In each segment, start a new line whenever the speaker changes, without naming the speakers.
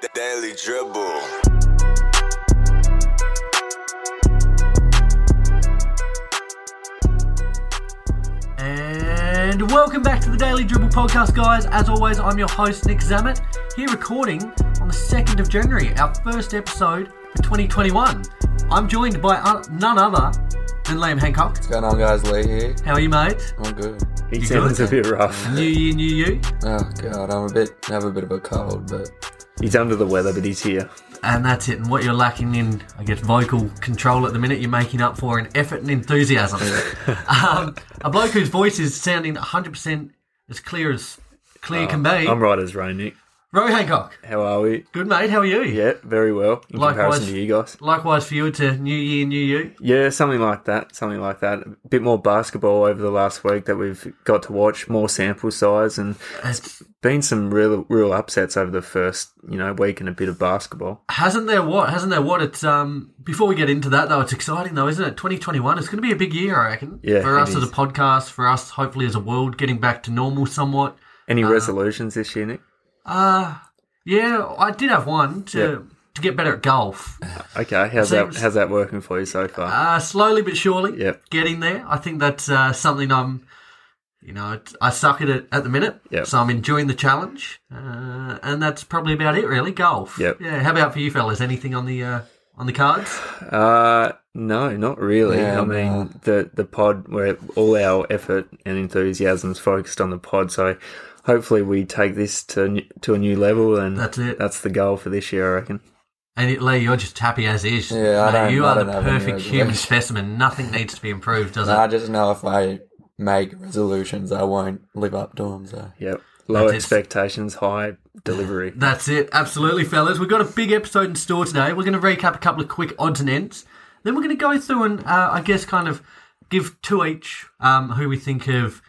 The Daily Dribble.
And welcome back to the Daily Dribble Podcast, guys. As always, I'm your host, Nick Zammett, here recording on the 2nd of January, our first episode for 2021. I'm joined by uh, none other than Liam Hancock.
What's going on, guys? Lee here.
How are you, mate?
I'm good.
He
You
sounds
good?
a bit rough.
New year, new you.
Oh god, I'm a bit have a bit of a cold, but
He's under the weather, but he's here.
And that's it. And what you're lacking in, I guess, vocal control at the minute, you're making up for in effort and enthusiasm. um, a bloke whose voice is sounding 100% as clear as clear can be.
I'm right as rain, Nick.
Roy Hancock.
How are we?
Good, mate. How are you?
Yeah, very well in
Likewise.
comparison to you guys.
Likewise for you, it's a new year, new you.
Yeah, something like that. Something like that. A bit more basketball over the last week that we've got to watch. More sample size, and
It's-
been some real, real upsets over the first, you know, week and a bit of basketball.
hasn't there what? Hasn't there what? It's um. Before we get into that though, it's exciting though, isn't it? Twenty twenty one. It's going to be a big year, I reckon.
Yeah,
For
it
us as a
is.
podcast, for us hopefully as a world, getting back to normal somewhat.
Any resolutions this year, Nick?
Uh yeah. I did have one to to get better at golf.
Okay, how's that?
seems-
How's that working for you so far?
Uh slowly but surely.
Yep.
Getting there. I think that's uh, something I'm. You know, it's- I suck at it at the minute,
Yep.
so I'm enjoying the challenge, uh, and that's probably about it, really. Golf.
Yep.
Yeah. How about for you, fellas? Anything on the uh, on the cards?
Uh no, not really.
Yeah,
I mean
no.
the the pod where all our effort and enthusiasm's focused on the pod, so hopefully we take this to n- to a new level, and
That's it.
That's the goal for this year, I reckon.
And it, Lee, you're just happy as is.
Yeah, I
Mate,
don't-
You
I
are
don't
the
have any
perfect human
regrets.
specimen. Nothing needs to be improved, does
I
it?
just know if I make resolutions, I won't live up to them. So
Yep. Low
That's it.
expectations, high delivery.
That's it. Absolutely, fellas. We've got a big episode in store today. We're going to recap a couple of quick odds and ends. Then we're going to go through and, uh, I guess, kind of give to each um, who we think have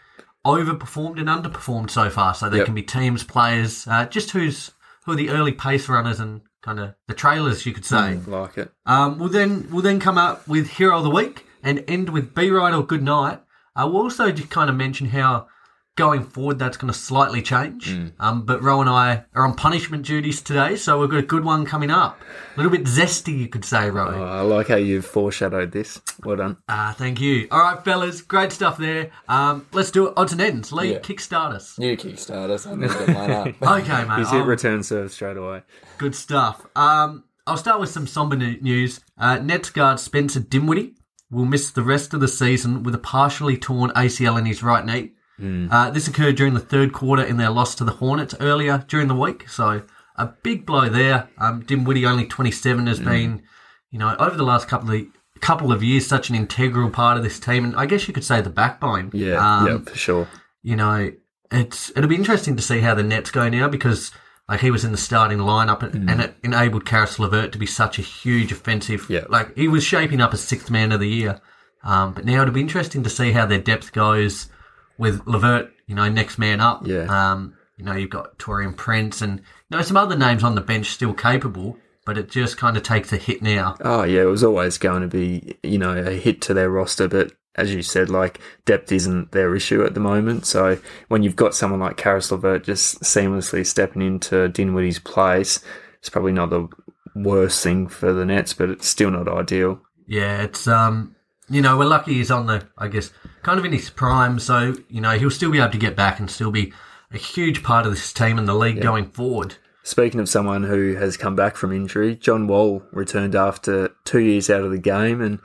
overperformed and underperformed so far. So they
Yep.
can be teams, players, uh, just who's who are the early pace runners and kind of the trailers, you could say.
Hmm.
like it.
Um, we'll then we'll then come up with hero of the week and end with B right or good night. I will also just kind of mention how going forward that's going to slightly change. Um, but Ro and I are on punishment duties today, so we've got a good one coming up. A little bit zesty, you could say, Ro.
Oh, I like how you've foreshadowed this. Well done.
Ah, thank you. All right, fellas, great stuff there. Um, let's do it. Odds and ends. Lee,
Yeah.
kickstart us.
you kickstart us, I'm gonna get mine up.
Okay, mate.
He's
I'll-
hit return serve straight away.
Good stuff. Um, I'll start with some somber nu- news. Uh, Nets guard Spencer Dinwiddie will miss the rest of the season with a partially torn ACL in his right knee.
Mm.
Uh, this occurred during the third quarter in their loss to the Hornets earlier during the week. So a big blow there. Um, Dinwiddie, only 27,
Mm.
has been, you know, over the last couple of couple of years, such an integral part of this team, and I guess you could say the backbone.
Yeah,
Um,
yeah, for sure.
you know, it's it'll be interesting to see how the Nets go now because like he was in the starting lineup and,
Mm.
and it enabled Karis Levert to be such a huge offensive.
Yeah.
Like he was shaping up as sixth man of the year, um, but now it'll be interesting to see how their depth goes with Levert. You know, next man up.
Yeah.
Um, you know, you've got Torian Prince and you know some other names on the bench still capable, but it just kind of takes a hit now.
Oh yeah, it was always going to be you know a hit to their roster, but as you said, like depth isn't their issue at the moment. So when you've got someone like Karis LeVert just seamlessly stepping into Dinwiddie's place, it's probably not the worst thing for the Nets, but it's still not ideal.
Yeah, it's um, you know, we're lucky he's on the, I guess, kind of in his prime, so you know he'll still be able to get back and still be a huge part of this team and the league going forward.
Speaking of someone who has come back from injury, John Wall returned after two years out of the game. And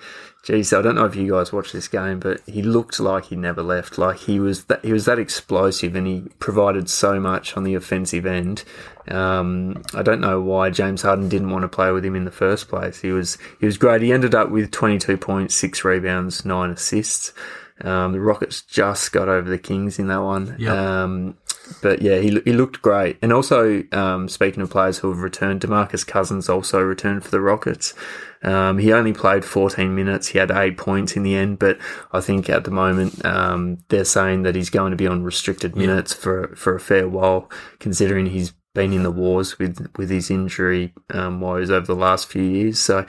geez, I don't know if you guys watched this game, but he looked like he never left. Like he was that he was that explosive, and he provided so much on the offensive end. Um, I don't know why James Harden didn't want to play with him in the first place. He was he was great. He ended up with twenty two points, six rebounds, nine assists. Um, the Rockets just got over the Kings in that one.
Yep.
Um, but yeah, he, he looked great. And also, um, speaking of players who have returned, Demarcus Cousins also returned for the Rockets. Um, he only played 14 minutes. He had eight points in the end, but I think at the moment um, they're saying that he's going to be on restricted minutes for for a fair while, considering he's been in the wars with with his injury um, woes over the last few years. So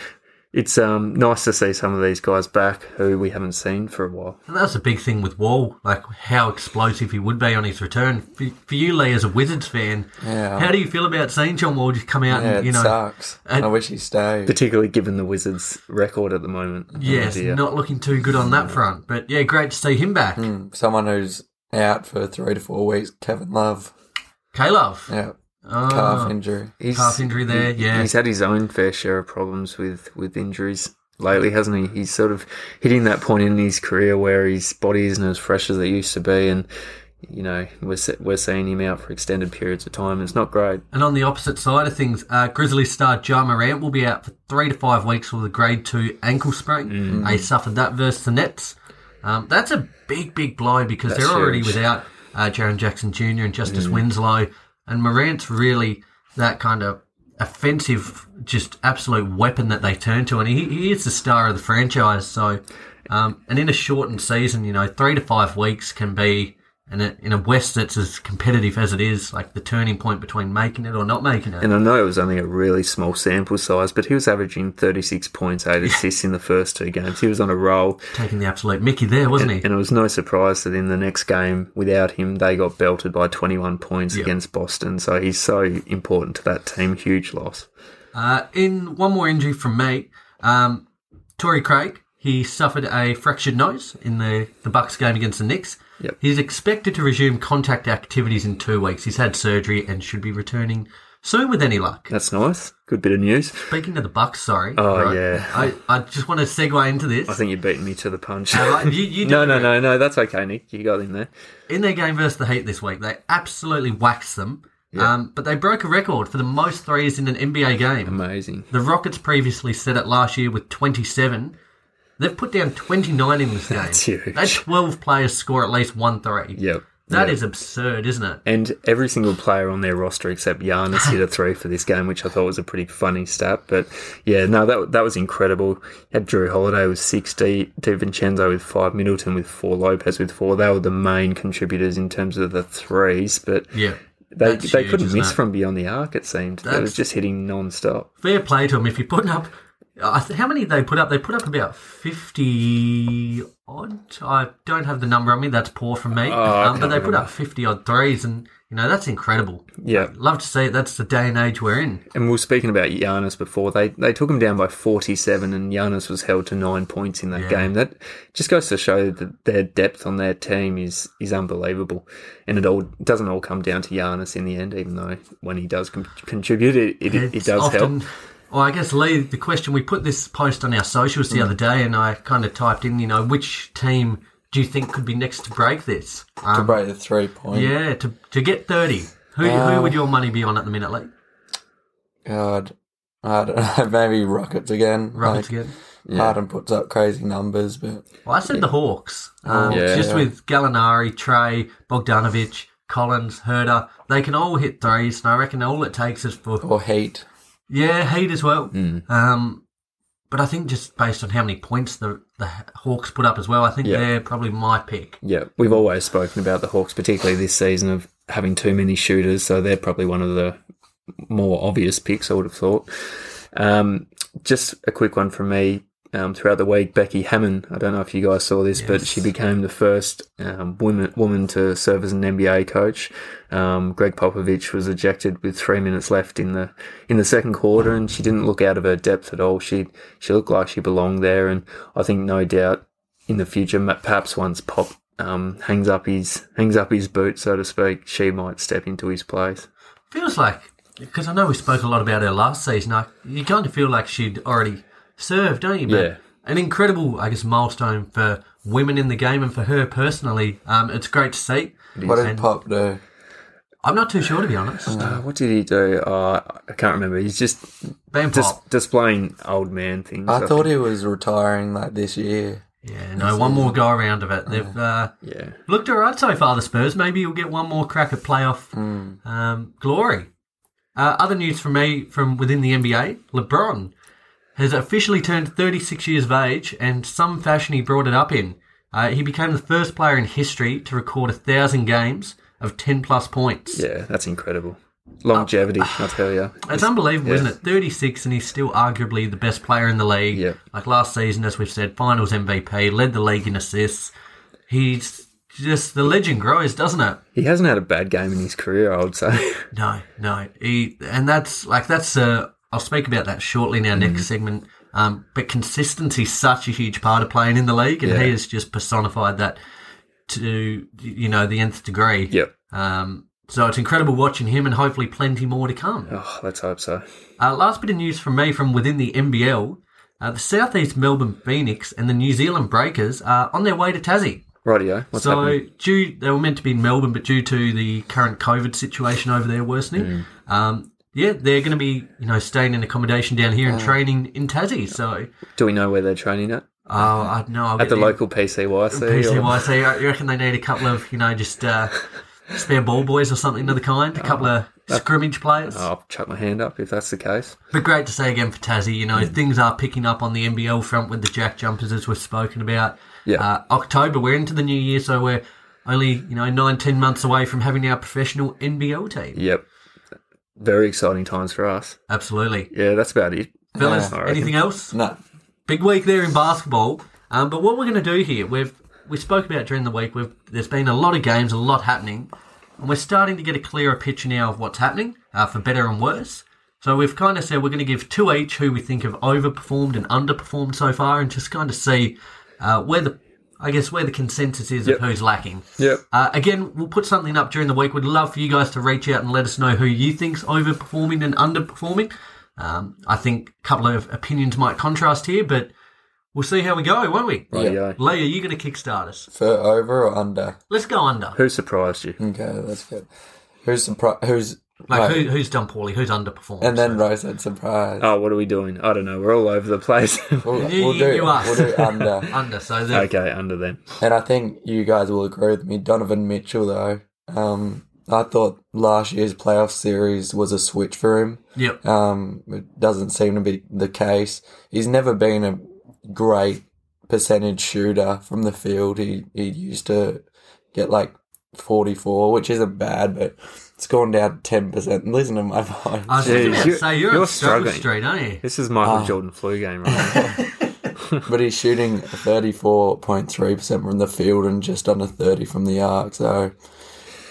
it's um, nice to see some of these guys back who we haven't seen for a while.
And that's a big thing with Wall, like how explosive he would be on his return. For, for you, Lee, as a Wizards fan,
Yeah.
how do you feel about seeing John Wall just come out
Yeah,
and,
it
you know,
sucks.
and-
I wish he stayed.
Particularly given the Wizards' record at the moment.
yes,
Oh, dear.
not looking too good on that front. But yeah, great to see him back.
Hmm. Someone who's out for three to four weeks, Kevin Love.
K-Love.
Yeah,
Oh,
calf injury.
He's-
calf injury there,
he-
yeah.
He's had his own fair share of problems with, with injuries lately, hasn't he? He's sort of hitting that point in his career where his body isn't as fresh as it used to be, and you know we're se- we're seeing him out for extended periods of time. It's not great.
And on the opposite side of things, uh, Grizzlies star Ja Morant will be out for three to five weeks with a grade two ankle sprain.
Mm.
They suffered that versus the Nets. Um, that's a big, big blow because
That's
they're already
huge. Mm.
without uh, Jaron Jackson Jr. and Justice Winslow. And Morant's really that kind of offensive, just absolute weapon that they turn to. And he, he is the star of the franchise. So, um, and in a shortened season, you know, three to five weeks can be. In a, in a West that's as competitive as it is, like the turning point between making it or not making it.
And I know it was only a really small sample size, but he was averaging thirty six points, eight assists in the first two games. He was on a roll,
Taking the absolute Mickey there, wasn't he?
and it was no surprise that in the next game, without him, they got belted by twenty one points against Boston. So he's so important to that team. Huge loss.
Uh, in one more injury from me, um, Torrey Craig. He suffered a fractured nose in the, the Bucks game against the Knicks.
Yep.
He's expected to resume contact activities in two weeks. He's had surgery and should be returning soon with any luck.
That's nice. Good bit of news.
Speaking of the Bucks, sorry.
Oh, yeah.
I, I just want to segue into this.
I think you're beating me to the punch.
All right, you- you
no,
do
no,
it.
no, no. That's okay, Nick. You got in there.
in their game versus the Heat this week, they absolutely waxed them. Um, but they broke a record for the most threes in an NBA game.
Amazing.
The Rockets previously set it last year with 27. They've put down 29 in this game.
That's huge.
They 12 players score at least one three.
Yep.
That
Yep.
is absurd, isn't it?
And every single player on their roster except Giannis hit a three for this game, which I thought was a pretty funny stat. But yeah, no, that that was incredible. Had Drew Holiday with six, D, DiVincenzo with five, Middleton with four, Lopez with four. They were the main contributors in terms of the threes, but
Yeah.
they
That's
they
huge,
couldn't
isn't
miss
it?
from beyond the arc. It seemed they was
That's-
just hitting non-stop.
Fair play to them. If you're putting up. I th- how many did they put up? They put up about 50 odd. I don't have the number on me. That's poor from me.
Oh, I
um, but
can't
they put up 50 odd threes, and, you know, that's incredible.
Yeah,
Love to see it. That's the day and age we're in.
And we were speaking about Giannis before. They they took him down by 47, and Giannis was held to nine points in that game. That just goes to show that their depth on their team is is unbelievable. And it all doesn't all come down to Giannis in the end, even though when he does con- contribute, it, it, it
It's
does
often-
help.
Well, I guess Lee, the question we put this post on our socials
Mm.
the other day, and I kind of typed in, you know, which team do you think could be next to break this?
Mm.
Um,
to break the three point.
yeah, to to get thirty. Who
Oh.
who would your money be on at the minute, Lee?
God. I don't know. Maybe Rockets again.
Rockets
Like,
again.
Harden puts up crazy numbers, but
Well, I said the Hawks. Um,
Oh, Yeah.
Just with Gallinari, Trey, Bogdanovich, Collins, Herder, they can all hit threes, and I reckon all it takes is for
or Heat.
Yeah, Heat as well.
Hmm.
Um, but I think just based on how many points the the Hawks put up as well, I think
Yeah.
they're probably my pick.
Yeah, we've always spoken about the Hawks, particularly this season, of having too many shooters. So they're probably one of the more obvious picks, I would have thought. Um, just a quick one from me. Um, throughout the week, Becky Hammond, I don't know if you guys saw this, but she became the first um, woman, woman to serve as an NBA coach. Um, Greg Popovich was ejected with three minutes left in the in the second quarter, and she didn't look out of her depth at all. She she looked like she belonged there, and I think no doubt in the future, ma- perhaps once Pop um, hangs up his hangs up his boot, so to speak, she might step into his place.
Feels like because I know we spoke a lot about her last season. I, you kind of feel like she'd already served, don't you? But
Yeah.
An incredible, I guess, milestone for women in the game and for her personally. Um, it's great to see.
What did Pop do?
I'm not too sure to be honest.
Uh, what did he do? Uh, I can't remember. He's just
Bam
dis-
pop.
displaying old man things.
I thought he was retiring like this year.
Yeah, no, one more go around of it. They've uh,
Yeah.
looked all right so far, the Spurs. Maybe you'll get one more crack at playoff um, glory. Uh, other news from me from within the NBA LeBron has officially turned 36 years of age, and some fashion he brought it up in. Uh, he became the first player in history to record a thousand games of 10 plus points.
Yeah, that's incredible. Longevity, I'll tell you.
It's unbelievable, isn't it? 36, and he's still arguably the best player in the league.
Yeah.
Like last season, as we've said, finals MVP, led the league in assists. He's just, the legend grows, doesn't it?
He hasn't had a bad game in his career, I would say.
No, no. He, and that's like, that's, uh, I'll speak about that shortly in our
Mm-hmm.
next segment. Um, but consistency's such a huge part of playing in the league, and
Yeah.
he has just personified that to, you know, the nth degree.
yep.
Um, so it's incredible watching him, and hopefully plenty more to come.
Oh, let's hope so.
Uh, last bit of news from me from within the NBL. Uh, the Southeast Melbourne Phoenix and the New Zealand Breakers are on their way to Tassie.
Rightio. What's
so,
happening?
due they were meant to be in Melbourne, but due to the current COVID situation over there worsening, um, yeah, they're going to be you know staying in accommodation down here and training in Tassie. So,
Do we know where they're training at?
oh, I know I'll
At
get
the
the
local PCYC? Or,
PCYC. I- You reckon they need a couple of you know just uh, spare ball boys or something of the kind, a couple of scrimmage players.
Oh, I'll chuck my hand up if that's the case.
But great to say again for Tassie. You know, things are picking up on the NBL front with the Jack Jumpers, as we've spoken about.
Yeah.
Uh, October, we're into the new year, so we're only, you know, nine, ten months away from having our professional NBL team.
Yep. Very exciting times for us.
Absolutely.
Yeah, that's about it.
Fellas,
I reckon.
anything else?
No.
Big week there in basketball. Um, but what we're going to do here, we've we spoke about during the week, we've, there's been a lot of games, a lot happening, and we're starting to get a clearer picture now of what's happening, uh, for better and worse. So we've kind of said we're going to give two each who we think have overperformed and underperformed so far, and just kind of see uh, where the I guess where the consensus is
Yep.
of who's lacking.
Yep.
Uh, again, we'll put something up during the week. We'd love for you guys to reach out and let us know who you think's overperforming and underperforming. Um, I think a couple of opinions might contrast here, but we'll see how we go, won't we?
Yeah.
Rightio.
Lee, are you going to kickstart us?
For over or under?
Let's go under.
Who surprised you?
Okay, that's good. Who's surprised? Who's
Like
right.
who, who's done poorly? Who's underperformed?
And then Rose said surprise.
Oh, what are we doing? I don't know. We're all over the place.
We'll,
You-
we'll
you-
do.
you ask.
We'll do under.
under. So the,
okay, under them.
And I think you guys will agree with me. Donovan Mitchell, though, um, I thought last year's playoff series was a switch for him.
yep.
Um, it doesn't seem to be the case. He's never been a great percentage shooter from the field. He he used to get like forty four, which isn't bad, but it's gone down ten percent. Listen to my voice.
I was just
Jeez,
about to
you're-
say you're,
you're
on struggle
struggling.
street, aren't you?
This is Michael
Ah.
Jordan flu game, right?
but he's shooting thirty four point three percent from the field and just under thirty from the arc. So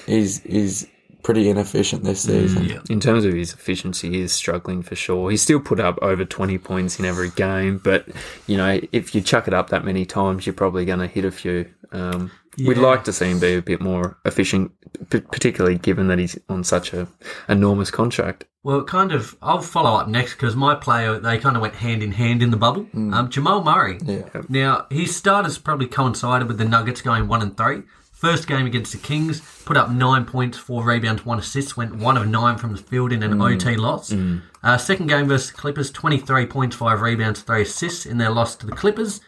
he's he's pretty inefficient this season.
Yeah.
in terms of his efficiency, he is struggling for sure. He's still put up over 20 points in every game, but you know, if you chuck it up that many times, you're probably going to hit a few. Um, We'd
Yeah.
like to see him be a bit more efficient, p- particularly given that he's on such a enormous contract.
Well, it kind of. I'll follow up next because my player they kind of went hand in hand in the bubble. Um, Jamal Murray.
Yeah.
Now his start has probably coincided with the Nuggets going one and three. First game against the Kings, put up nine points, four rebounds, one assist, went one of nine from the field in an OT loss. Uh, second game versus the Clippers, twenty three points, five rebounds, three assists in their loss to the Clippers.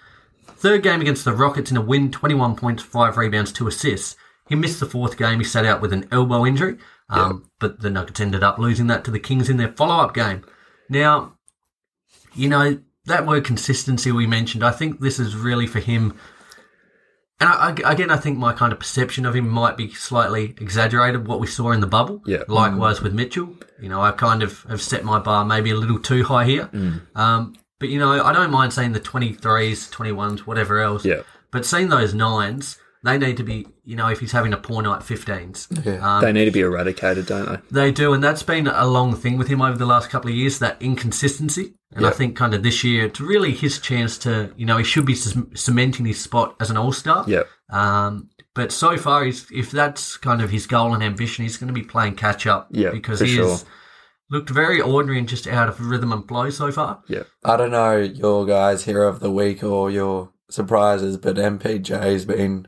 Third game against the Rockets in a win, 21 points, 5 rebounds, 2 assists. He missed the fourth game. He sat out with an elbow injury, um, but the Nuggets ended up losing that to the Kings in their follow up game. Now, you know, that word consistency we mentioned, I think this is really for him. And I, I- again, I think my kind of perception of him might be slightly exaggerated, what we saw in the bubble.
Yeah. Mm.
Likewise with Mitchell. You know, I kind of have set my bar maybe a little too high here.
Mm.
Um, but, you know, I don't mind saying the 23s, 21s, whatever else.
Yeah.
But seeing those nines, they need to be, you know, if he's having a poor night, 15s.
Yeah.
they need to be eradicated, don't they?
They do, and that's been a long thing with him over the last couple of years, that inconsistency. And I think kind of this year, it's really his chance to, you know, he should be c- cementing his spot as an all star.
Yep.
Um, but so far, he's, if that's kind of his goal and ambition, he's going to be playing catch up.
Yeah,
Because
for
he's
sure.
looked very ordinary and just out of rhythm and flow so far.
Yep.
I don't know your guys' hero of the week or your surprises, but MPJ's been,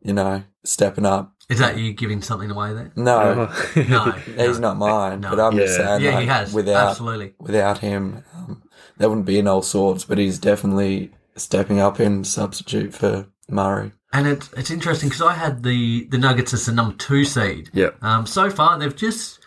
you know, stepping up.
Is that you giving something away there?
No,
Oh.
No.
he's not mine, but I'm just
Uh-huh. Yeah.
saying,
yeah,
like,
he has.
without
Absolutely.
without him, um, there wouldn't be an all sorts. But he's definitely stepping up in substitute for Murray.
And it's it's interesting because I had the the Nuggets as the number two seed.
Yep.
Um, so far they've just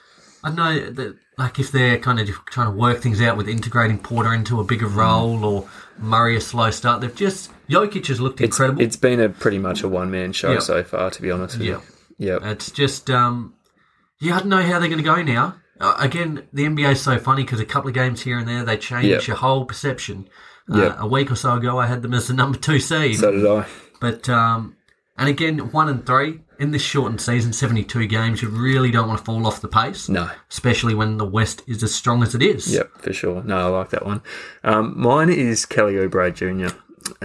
I don't know that like if they're kind of just trying to work things out with integrating Porter into a bigger role or Murray a slow start, they've just Jokic has looked
It's,
incredible. It's,
it's been a pretty much a one man show
Yeah.
so far, to be honest with
Yeah.
you. Yep.
just um, yeah, I don't know how they're going to go now. Uh, again, the NBA is so funny because a couple of games here and there they change
Yep.
your whole perception. Uh,
Yep.
A week or so ago, I had them as the number two seed,
So did I.
but um, and again, one and three in this shortened season, seventy-two games. You really don't want to fall off the pace,
No.
especially when the West is as strong as it is.
Yep, for sure. No, I like that one. Um, mine is Kelly Oubre Jr.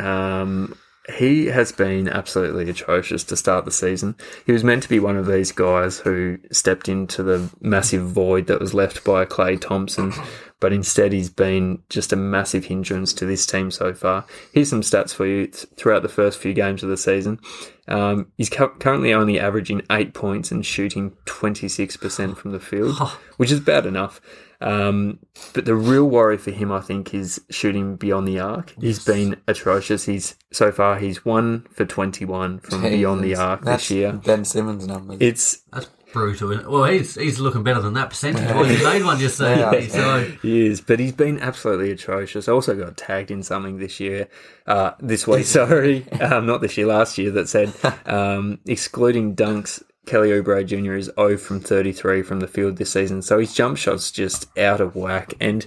Um, he has been absolutely atrocious to start the season. He was meant to be one of these guys who stepped into the massive void that was left by Clay Thompson, but instead he's been just a massive hindrance to this team so far. Here's some stats for you th- throughout the first few games of the season. Um, he's cu- currently only averaging eight points and shooting 26% from the field, which is bad enough. Um, but the real worry for him, I think, is shooting beyond the arc. He's been atrocious. He's so far he's one for twenty-one from beyond the
Jesus.
arc
That's
this year.
Ben Simmons numbers.
It's
That's brutal. isn't it? Well, he's he's looking better than that percentage. Well, he made one just so.
Yeah.
so
he is, but he's been absolutely atrocious. I also got tagged in something this year, uh, this week. Sorry, um, not this year, last year. That said, um, excluding dunks, Kelly Oubre Jr. is 0 from thirty-three from the field this season. So his jump shots just out of whack, and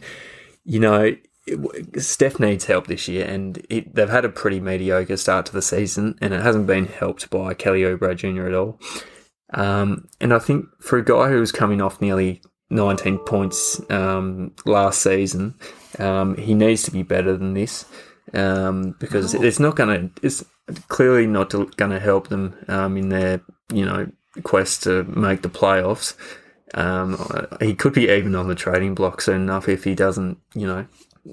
you know, it- Steph needs help this year, and it, they've had a pretty mediocre start to the season, and it hasn't been helped by Kelly Oubre Jr. at all. Um, and I think for a guy who was coming off nearly 19 points um, last season, um, he needs to be better than this um, because it's not going to. It's clearly not going to help them um, in their you know quest to make the playoffs. Um, he could be even on the trading block soon enough if he doesn't you know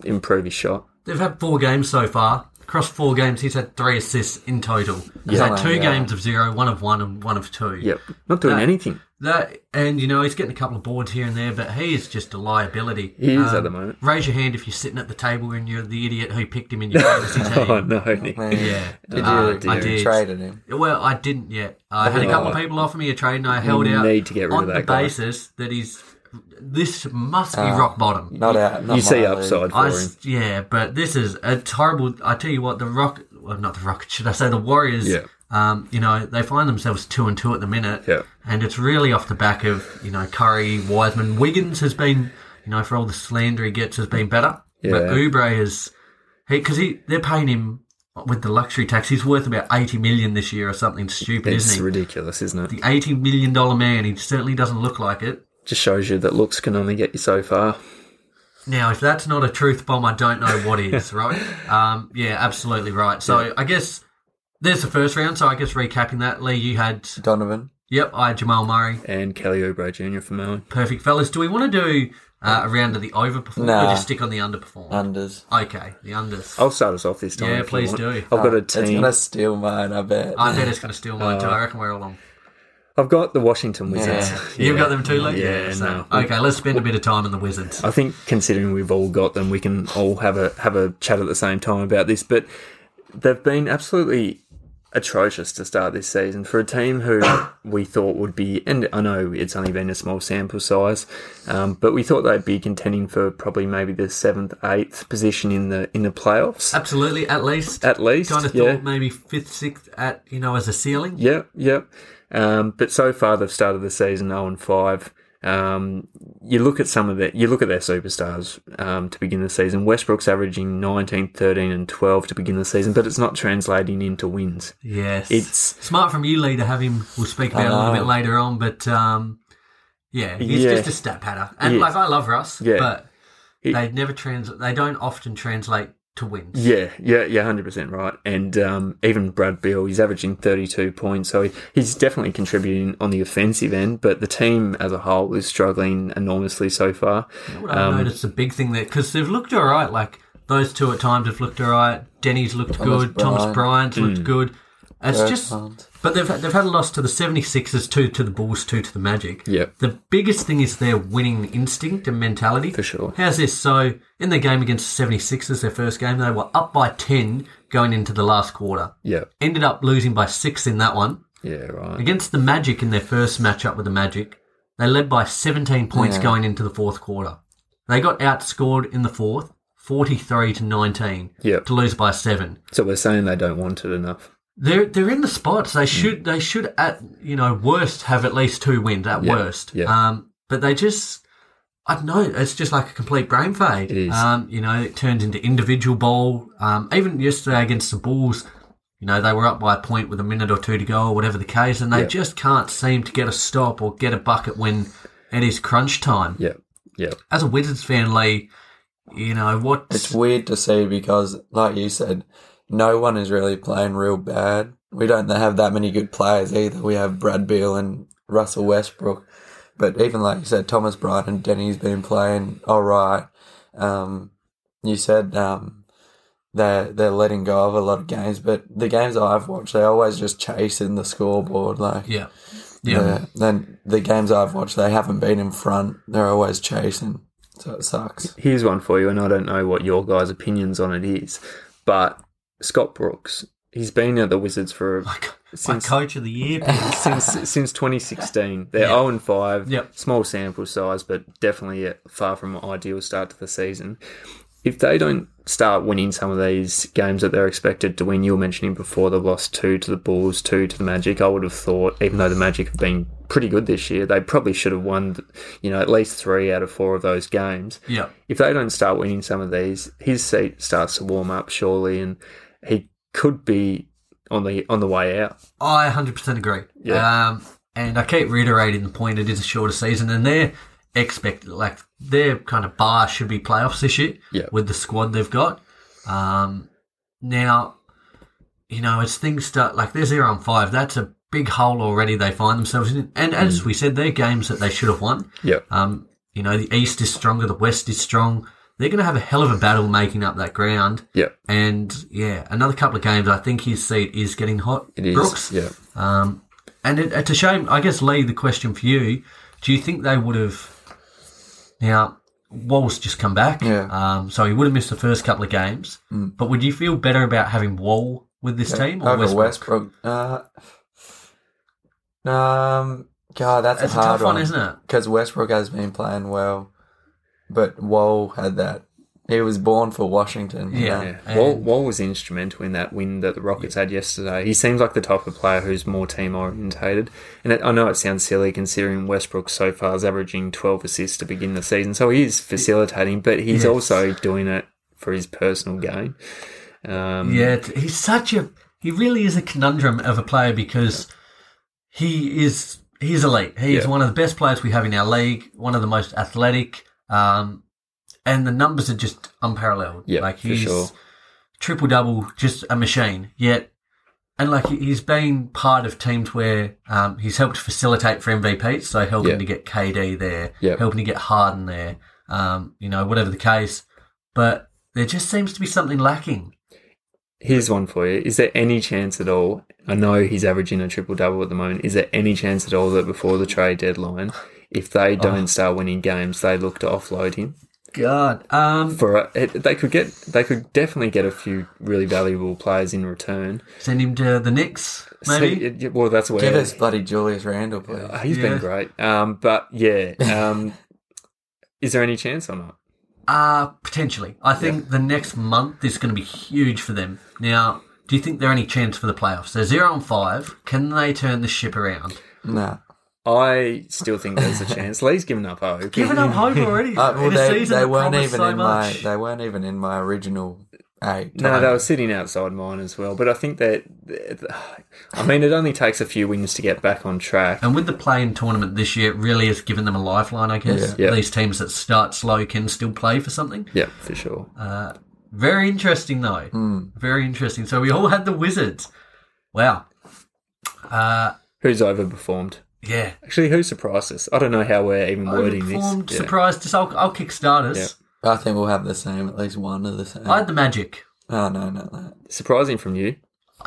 improve his shot.
they've had four games so far. Across four games, he's had three assists in total. He's
Yeah.
had two
Yeah.
games of zero, one of one, and one of two.
Yep, not doing
Uh,
anything.
That and you know he's getting a couple of boards here and there, but he is just a liability.
He is
Um,
at the moment.
Raise your hand if you're sitting at the table and you're the idiot who picked him in your fantasy team.
Oh no, Nick.
Man.
Yeah,
Did
Ah,
Uh, I
you, did you
did.
trade in him?
Well, I didn't yet. I had a couple of people offer me a trade, and I held out
need to get rid
on
of
the
that guy. Ah.
basis that he's this must be rock bottom.
Not out. Not
you see
my
upside
league.
for
I
him.
s yeah, but this is a terrible. I tell you what, the Rock, well, not the Rocket, should I say the Warriors?
Yeah.
Um, you know, they find themselves two and two at the minute.
Yeah.
And it's really off the back of you know Curry, Wiseman, Wiggins has been you know for all the slander he gets has been better. But
Yeah.
Oubre is he because he they're paying him with the luxury tax. He's worth about eighty million this year or something stupid,
It's
isn't he?
ridiculous, isn't it?
The eighty million dollar man. He certainly doesn't look like it.
Just shows you that looks can only get you so far.
Now, if that's not a truth bomb, I don't know what is, right? Um, yeah, absolutely right. So I guess there's the first round. So I guess recapping that, Lee, you had,
Donovan.
yep, I had Jamal Murray.
and Kelly Oubre Jr. for Melbourne.
Perfect, fellas. Do we want to do uh, a round of the overperform or
Nah.
just stick on the underperform?
Unders.
okay, the unders.
I'll start us off this time.
Yeah,
if you
please
want.
do.
I've got a
It's
team.
gonna steal mine. I bet.
I bet it's going to steal mine too. I reckon we're all on.
I've got the Washington Wizards.
Yeah.
Yeah.
You've got them too, Lee?
Yeah,
so-
no.
Okay, let's spend a bit of time on the Wizards.
I think considering we've all got them, we can all have a have a chat at the same time about this. But they've been absolutely atrocious to start this season for a team who we thought would be, and I know it's only been a small sample size, um, but we thought they'd be contending for probably maybe the seventh, eighth position in the in the playoffs
Absolutely, at least.
at least.
kind of
yeah.
thought maybe fifth, sixth at, you know, as a ceiling.
Yep, yep. Um, but so far they've started the season zero and five. Um, you look at some of their, you look at their superstars um, to begin the season. Westbrook's averaging 19, 13, and 12 to begin the season, but it's not translating into wins.
Yes.
It's-
smart from you, Lee, to have him. We'll speak about it a little bit later on, but um, yeah, he's
Yeah.
just a stat patter. And
Yeah.
like, I love Russ,
Yeah.
but
He-
they never trans. They don't often translate to wins.
Yeah, yeah, yeah, hundred percent right. And um, even Brad Beal, he's averaging thirty-two points, so he, he's definitely contributing on the offensive end. But the team as a whole is struggling enormously so far.
What
Um,
I've noticed the big thing there because they've looked all right. Like those two at times have looked all right. Denny's looked good. Thomas
Bryant.
Bryant's
Hmm.
looked good. It's just,
Bertrand.
but they've they've had a loss to the 76ers, two to the Bulls, two to the Magic.
Yep.
The biggest thing is their winning instinct and mentality. For
sure.
How's this? So, in their game against the 76ers, their first game, they were up by 10 going into the last quarter.
Yeah,
Ended up losing by 6 in that one.
yeah, right.
Against the Magic in their first matchup with the Magic, they led by 17 points going into the fourth quarter. They got outscored in the fourth, 43 to 19,
Yep.
to lose by 7
So we're saying they don't want it enough.
they're they're in the spots.
Hmm.
They should they should at you know worst have at least two wins at worst.
yeah.
Um, but they just I don't know. It's just like a complete brain fade.
It is.
Um, you know, it turns into individual ball. Um, even yesterday against the Bulls, you know, they were up by a point with a minute or two to go or whatever the case, and they
Yeah.
just can't seem to get a stop or get a bucket when it is crunch time.
Yeah, yeah,
As a Wizards fan, Lee, you know, what?
It's weird to see because, like you said, no one is really playing real bad. We don't have that many good players either. We have Brad Beal and Russell Westbrook, but even like you said, Thomas Bryant and Denny's been playing all right. Um, you said um, they're they're letting go of a lot of games, but the games I've watched, they're always just chasing the scoreboard. Like
yeah. Yeah.
yeah, then the games I've watched, they haven't been in front. They're always chasing, so it sucks.
Here's one for you, and I don't know what your guys' opinions on it is, but Scott Brooks, he's been at the Wizards for
My, co- my
since
coach of the year.
since since 2016. They're
Yeah.
0 and 5.
Yep.
Small sample size, but definitely a far from an ideal start to the season. If they don't start winning some of these games that they're expected to win, you were mentioning before they've lost two to the Bulls, two to the Magic. I would have thought, even though the Magic have been pretty good this year, they probably should have won, you know, at least three out of four of those games
yeah.
if they don't start winning some of these, his seat starts to warm up surely, and he could be on the on the way out.
I 100% agree.
Yeah.
Um, and I keep reiterating the point it is a shorter season, and their expect like their kind of bar should be playoffs this year
Yeah.
with the squad they've got. Um, now, you know, as things start like they're zero and five, that's a big hole already they find themselves in. And
Mm.
as we said, they're games that they should have won.
Yeah,
Um, you know, the East is stronger, the West is strong. They're going to have a hell of a battle making up that ground.
yeah,
And yeah, another couple of games, I think his seat is getting hot.
it is.
Brooks.
Yeah,
Um, and it, it's a shame. I guess, Lee, the question for you do you think they would have. Now, Wall's just come back.
Yeah. Mm.
Um, so he would have missed the first couple of games. But would you feel better about having Wall with this team or
over
Westbrook?
Westbrook. Uh, um, God, that's
It's a
a hard
tough one, isn't it?
Because Westbrook has been playing well, but Wall had that. He was born for Washington. you
Yeah.
know?
yeah.
And-
Wall, Wall was instrumental in that win that the Rockets had yesterday. He seems like the type of player who's more team orientated, and it, I know it sounds silly considering Westbrook so far is averaging twelve assists to begin the season, so he is facilitating, but he's
Yes.
also doing it for his personal gain. Um,
Yeah, t- he's such a he really is a conundrum of a player because he is he's elite. He is
Yeah.
one of the best players we have in our league, one of the most athletic, um, and the numbers are just unparalleled.
Yeah,
like
for
he's
sure.
triple double, just a machine. Yet, and like he- he's been part of teams where um, he's helped facilitate for MVPs, so helping
Yeah.
to get KD there,
Yeah.
helping to get Harden there, um, you know, whatever the case. But there just seems to be something lacking.
Here's one for you. Is there any chance at all? I know he's averaging a triple double at the moment. Is there any chance at all that before the trade deadline, if
Oh.
they don't start winning games, they look to offload him?
God, um,
For a, it, they could get, they could definitely get a few really valuable players in return.
Send him to the Knicks,
See,
maybe.
it- yeah, well, that's where
Give us bloody Julius Randle, please.
Uh, he's
Yeah.
been great. Um, but yeah, um, is there any chance or not?
Uh, potentially. I think the next month is going to be huge for them. Now, do you think there are any chance for the playoffs? They're zero and five. Can they turn the ship around?
Nah. Uh,
I still think there's a chance. Lee's given up hope.
Giving up hope already.
Uh, well,
in a
they,
season
they
that
weren't
promised
even
so
in my.
much.
They weren't even in my original eight.
No, they were sitting outside mine as well. But I think that, I mean, it only takes a few wins to get back on track.
and with the play-in tournament this year, it really has given them a lifeline, I guess.
Yeah. Yeah.
These teams that start slow can still play for something.
Yeah, for sure.
Very interesting, though.
Hmm.
Very interesting. So we all had the Wizards. Wow.
Who's overperformed?
Yeah.
Actually, who surprised us? I don't know how we're even wording
Overperformed,
this. Yeah.
surprised us. I'll, I'll kick starters.
Yeah.
I think we'll have the same. At least one of the same.
I had the Magic.
oh no, not that.
Surprising from you,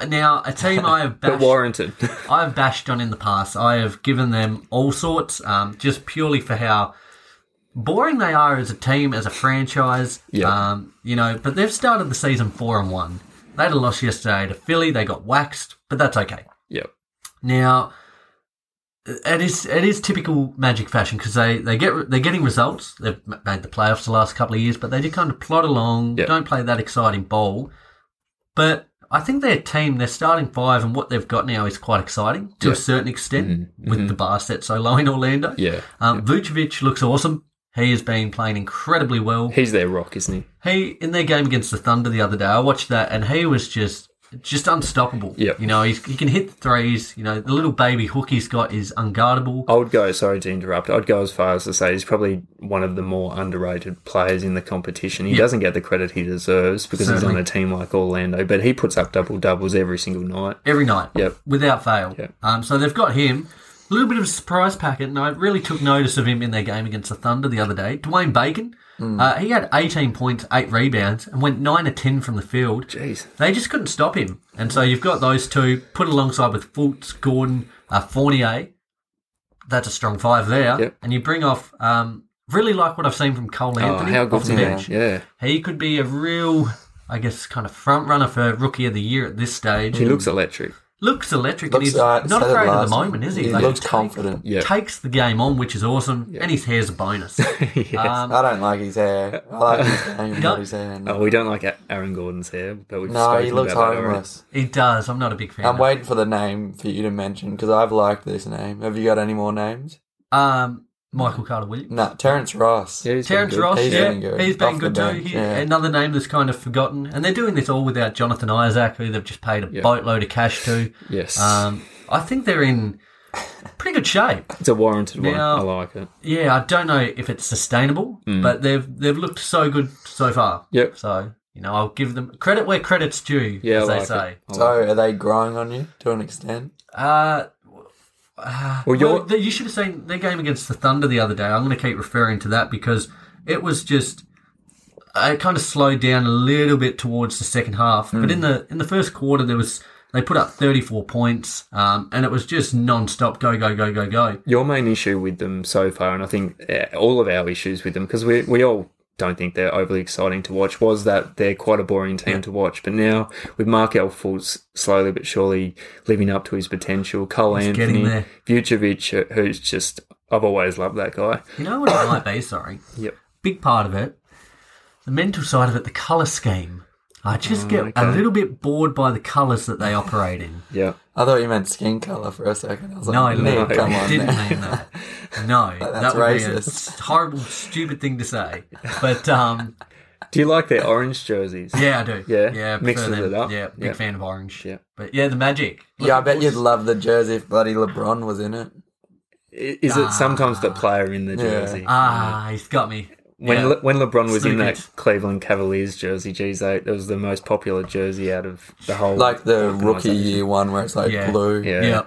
Now, a team I have
but
bashed,
warranted.
I have bashed on in the past. I have given them all sorts, um, just purely for how boring they are as a team, as a franchise.
Yeah.
Um, you know, but they've started the season four and one. They had a loss yesterday to Philly. They got waxed, but that's okay.
yep.
Now, it is it is typical Magic fashion because they, they get they're getting results. They've m- made the playoffs the last couple of years, but they do kind of plod along.
Yeah.
Don't play that exciting ball. But I think their team, their starting five, and what they've got now is quite exciting to a certain extent with the bar set so low in Orlando.
Mm-hmm. Yeah.
Um, Vucevic looks awesome. He has been playing incredibly well.
He's their rock, isn't he?
He in their game against the Thunder the other day, I watched that and he was just just unstoppable.
Yep.
You know, he's, he can hit the threes. You know, the little baby hook he's got is unguardable.
I would go, sorry to interrupt, I'd go as far as to say he's probably one of the more underrated players in the competition. He doesn't get the credit he deserves because he's
Certainly.
on a team like Orlando, but he puts up double doubles every single night.
every night.
Yep.
Without fail.
Yep.
Um, so they've got him. A little bit of a surprise packet, and I really took notice of him in their game against the Thunder the other day. Dwayne Bacon, uh, he had 18 points, 8 rebounds, and went 9 or 10 from the field.
Jeez.
They just couldn't stop him. And so you've got those two put alongside with Fultz, Gordon, uh, Fournier. That's a strong five there.
Yep.
And you bring off, um, really like what I've seen from Cole
Oh,
Anthony
how
off
good's
the
he now?
bench.
Yeah.
He could be a real, I guess, kind of front runner for Rookie of the Year at this stage.
He looks electric.
looks electric
Looks
and he's
like-
not
said it
afraid at
last-
the moment, is he?
he
Like,
looks
take-
confident.
Yeah.
Takes the game on, which is awesome, and his hair's a bonus.
Yes.
um,
I don't like his hair. I like his game, not his hair.
oh, we don't like A- Aaron Gordon's hair, but we've
No, he
spoken
looks
about that already.
homeless.
he does. I'm not a big fan.
I'm
of
waiting for the name for you to mention because I've liked this name. Have you got any more names?
Um, Michael Carter Williams.
No, Terrence Ross.
Yeah, he's been
Terrence
good.
Ross,
He's
yeah,
been good.
he's been
Off
good
the
too.
bench,
He-
yeah.
Another name that's kind of forgotten, and they're doing this all without Jonathan Isaac, who they've just paid a boatload of cash to.
Yes.
Um, I think they're in pretty good shape.
it's a warranted one.
now-
I like it.
Yeah, I don't know if it's sustainable, but they've they've looked so good so far.
Yep.
So you know, I'll give them credit where credit's due, as
Yeah, I
they
like
say.
it. I like
So, are they growing on you to an extent?
Uh,
it. Well,
well,
you're,
the, you should have seen their game against the Thunder the other day. I'm going to keep referring to that because it was just uh, it kind of slowed down a little bit towards the second half. But
Hmm.
in the in the first quarter, there was they put up 34 points, um, and it was just non-stop go go go go go.
your main issue with them so far, and I think uh, all of our issues with them, because we we all don't think they're overly exciting to watch, was that they're quite a boring team to watch. But now with Markel Fultz slowly but surely living up to his potential, Cole
getting
Anthony,
there.
Vucevic, uh, who's just I've always loved that guy.
You know what it might be? Sorry.
Yep.
big part of it. The mental side of it, the colour scheme. I just
Mm,
get a little bit bored by the colours that they operate in.
Yeah.
I thought you meant skin colour for a second. I was
No,
like,
no,
no,
I
come on.
didn't
now.
mean that. No, that
that's
would be a
racist.
s- horrible, stupid thing to say. But um,
Do you like their orange jerseys?
yeah, I do.
Yeah,
yeah, I prefer
mixes
them.
it up.
Yeah, big
Yeah.
fan of orange.
Yeah.
but yeah, the magic.
Yeah, I bet you'd love the jersey if bloody LeBron was in it.
I- Is it sometimes
Ah.
the player in the jersey?
Ah, he's got me.
When
Yeah.
Le- when LeBron was in that
Sneakers.
Cleveland Cavaliers jersey, geez, they, that was the most popular jersey out of the whole.
Like the rookie
organisation.
year one where it's like
Yeah.
blue.
yeah,
yeah.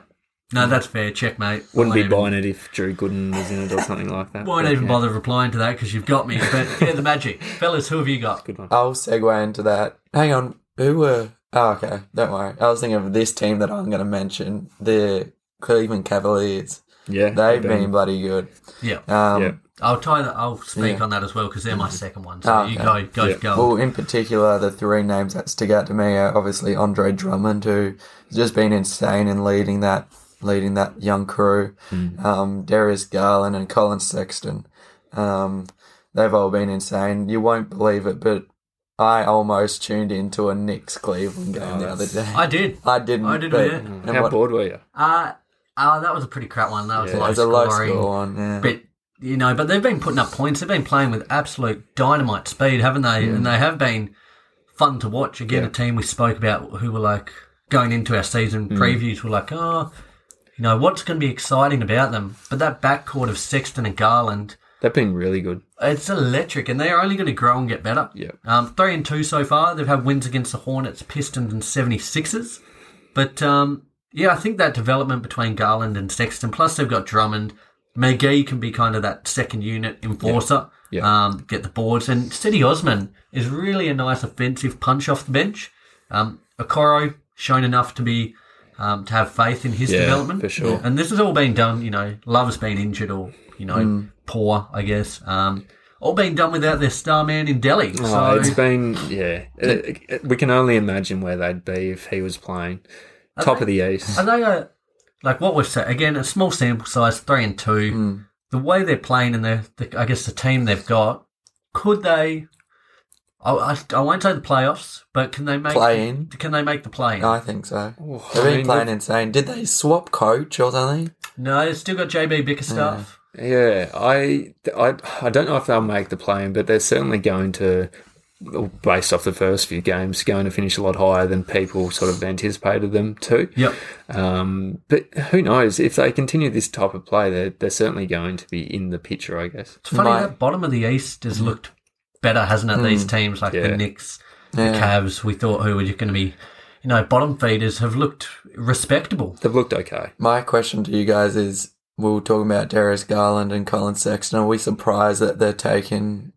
No, that's fair. Checkmate.
wouldn't
Won't
be
even-
buying it if Drew Gooden was in it or something like that.
Won't
But,
even
yeah,
bother replying to that because you've got me. But yeah, the magic, fellas. Who have you got?
Good one.
I'll segue into that. Hang on, who were? Oh, okay, don't worry. I was thinking of this team that I'm going to mention, the Cleveland Cavaliers.
yeah,
They've
they've
been bloody good.
Yeah.
Um,
Yeah.
I'll tie that. I'll speak
Yeah.
on that as well because they're my second one. So
Ah,
you
okay.
go, go,
Yeah.
go.
Well, in particular, the three names that stick out to me are obviously Andre Drummond, who's just been insane in leading that leading that young crew.
Mm.
Um, Darius Garland and Colin Sexton. Um, they've all been insane. You won't believe it, but I almost tuned into a Knicks Cleveland game the other day.
Oh, I did.
I didn't.
I didn't
but-
either.
and
How
what-
bored were you?
Uh, uh, that was a pretty crap one. That was
Yeah.
low
It's a low
scoring.
score one. Yeah.
But you know, but they've been putting up points. They've been playing with absolute dynamite speed, haven't they? And they have been fun to watch. Again, a team we spoke about who were like going into our season previews were like, oh, you know, what's going to be exciting about them? But that backcourt of Sexton and Garland.
They've been really good.
It's electric, and they're only going to grow and get better.
Yeah.
Um, three and two so far. They've had wins against the Hornets, Pistons, and 76ers. But um, yeah, I think that development between Garland and Sexton, plus they've got Drummond, McGee can be kind of that second unit enforcer,
Yeah. Yeah.
Um, get the boards. And City Osman is really a nice offensive punch off the bench. Um, Okoro shown enough to be. Um, to have faith in his
Yeah,
development,
for sure.
and this has all been done, you know, Love's been injured or, you know,
Mm.
poor, I guess. Um, all been done without their star man in Delhi.
Oh,
so
it's been yeah. It- it- we can only imagine where they'd be if he was playing top of the East.
are they a, like what we've said again? A small sample size, three and two.
Mm.
The way they're playing and the, the, I guess the team they've got, could they? I, I, I won't say the playoffs, but can they make
Play in?
Can they make the play? in?
I think so.
Oh,
They've
I
been
mean,
playing insane. Did they swap coach or something?
No, they've still got JB Bickerstaff.
Yeah, I, I, I don't know if they'll make the play-in, but they're certainly going to, based off the first few games, going to finish a lot higher than people sort of anticipated them to.
Yep.
Um, but who knows if they continue this type of play, they're they're certainly going to be in the picture, I guess.
It's funny
My-
that bottom of the East has looked better, hasn't it?
Mm.
These teams like
Yeah.
the Knicks, the
Yeah.
Cavs, we thought who were going to be, you know, bottom feeders have looked respectable.
They've looked okay.
My question to you guys is: We were talking about Darius Garland and Colin Sexton. Are we surprised that they're taking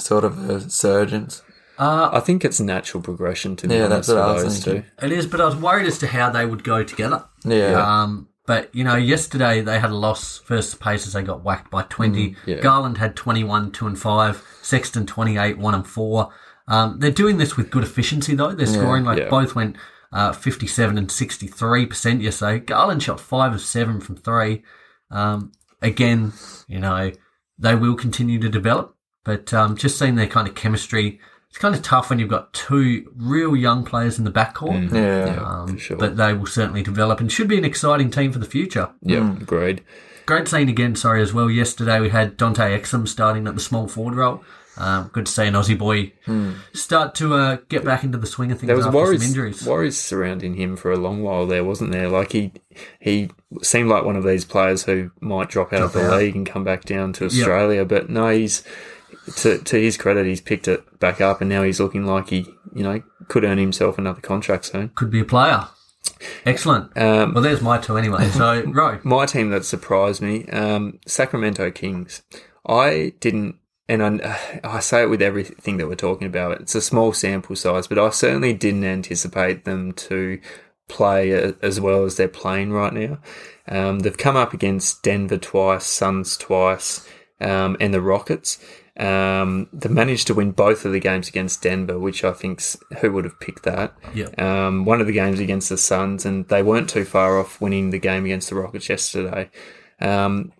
sort of a surgeons?
Uh,
I think it's natural progression to be
Yeah, that's
honest
what I was
for those two.
thinking.
it is, but I was worried as to how they would go together.
Yeah,
Um, but you know, yesterday they had a loss versus Pacers. They got whacked by twenty.
Mm, yeah.
Garland had twenty-one, two and five. Sexton twenty-eight, one and four. Um, they're doing this with good efficiency though. They're scoring like
yeah.
both went uh, fifty-seven and sixty-three percent yesterday. Garland shot five of seven from three. Um, again, you know, they will continue to develop, but um, just seeing their kind of chemistry. It's kind of tough when you've got two real young players in the backcourt.
yeah.
Um,
for Mm, sure.
But they will certainly develop and should be an exciting team for the future.
yeah,
mm.
agreed.
Great scene again, sorry, as well. Yesterday we had Dante Exum starting at the small forward role. Um, good to see an Aussie boy start to uh, get back into the swing of things
Hmm. There was
after
worries
some injuries.
worries surrounding him for a long while there, wasn't there? Like he he seemed like one of these players who might drop out of the league and come back down to Australia, but no, he's to to his credit, he's picked it back up, and now he's looking like he you know could earn himself another contract soon.
Could be a player. Excellent.
Um,
well, there's my two anyway. So, Ro,
my team that surprised me, um, Sacramento Kings. I didn't, and I, I say it with everything that we're talking about. It's a small sample size, but I certainly didn't anticipate them to play a- as well as they're playing right now. Um, they've come up against Denver twice, Suns twice, um, and the Rockets. Um, they managed to win both of the games against Denver, which I think's who would have picked that.
Yeah.
Um, one of the games against the Suns, and they weren't too far off winning the game against the Rockets yesterday. Um,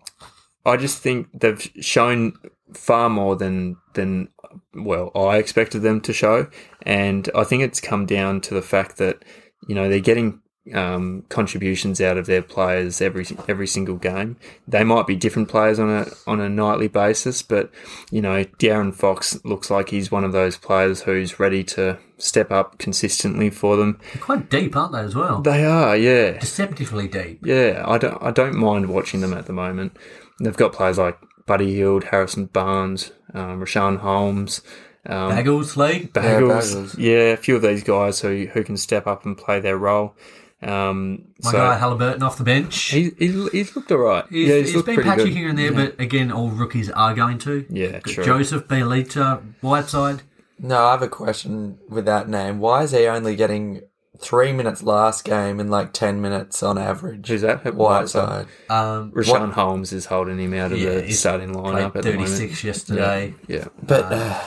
I just think they've shown far more than than well I expected them to show, and I think it's come down to the fact that you know they're getting um, contributions out of their players every every single game. They might be different players on a on a nightly basis, but you know Darren Fox looks like he's one of those players who's ready to step up consistently for them.
quite deep, aren't they, as well?
They are, yeah.
Deceptively deep.
Yeah, I don't I don't mind watching them at the moment. They've got players like Buddy Hield, Harrison Barnes, um, Rashawn Holmes, um,
Bagels, Lee.
Bagels.
Bagels.
Yeah, a few of these guys who who can step up and play their role. Um,
My
so
guy Halliburton off the bench.
he, he he's looked alright.
He's,
yeah,
he's
looked
been
pretty
patchy
good.
here and there, but again, all rookies are going to.
Yeah,
Got
true.
Joseph, Bielita, Whiteside.
No, I have a question with that name. Why is he only getting three minutes last game and like ten minutes on average?
Who's that?
Whiteside.
Um,
Rashawn Holmes is holding him out of
Yeah,
the
he's
starting lineup at
played
the moment.
36 yesterday.
Yeah,
But uh,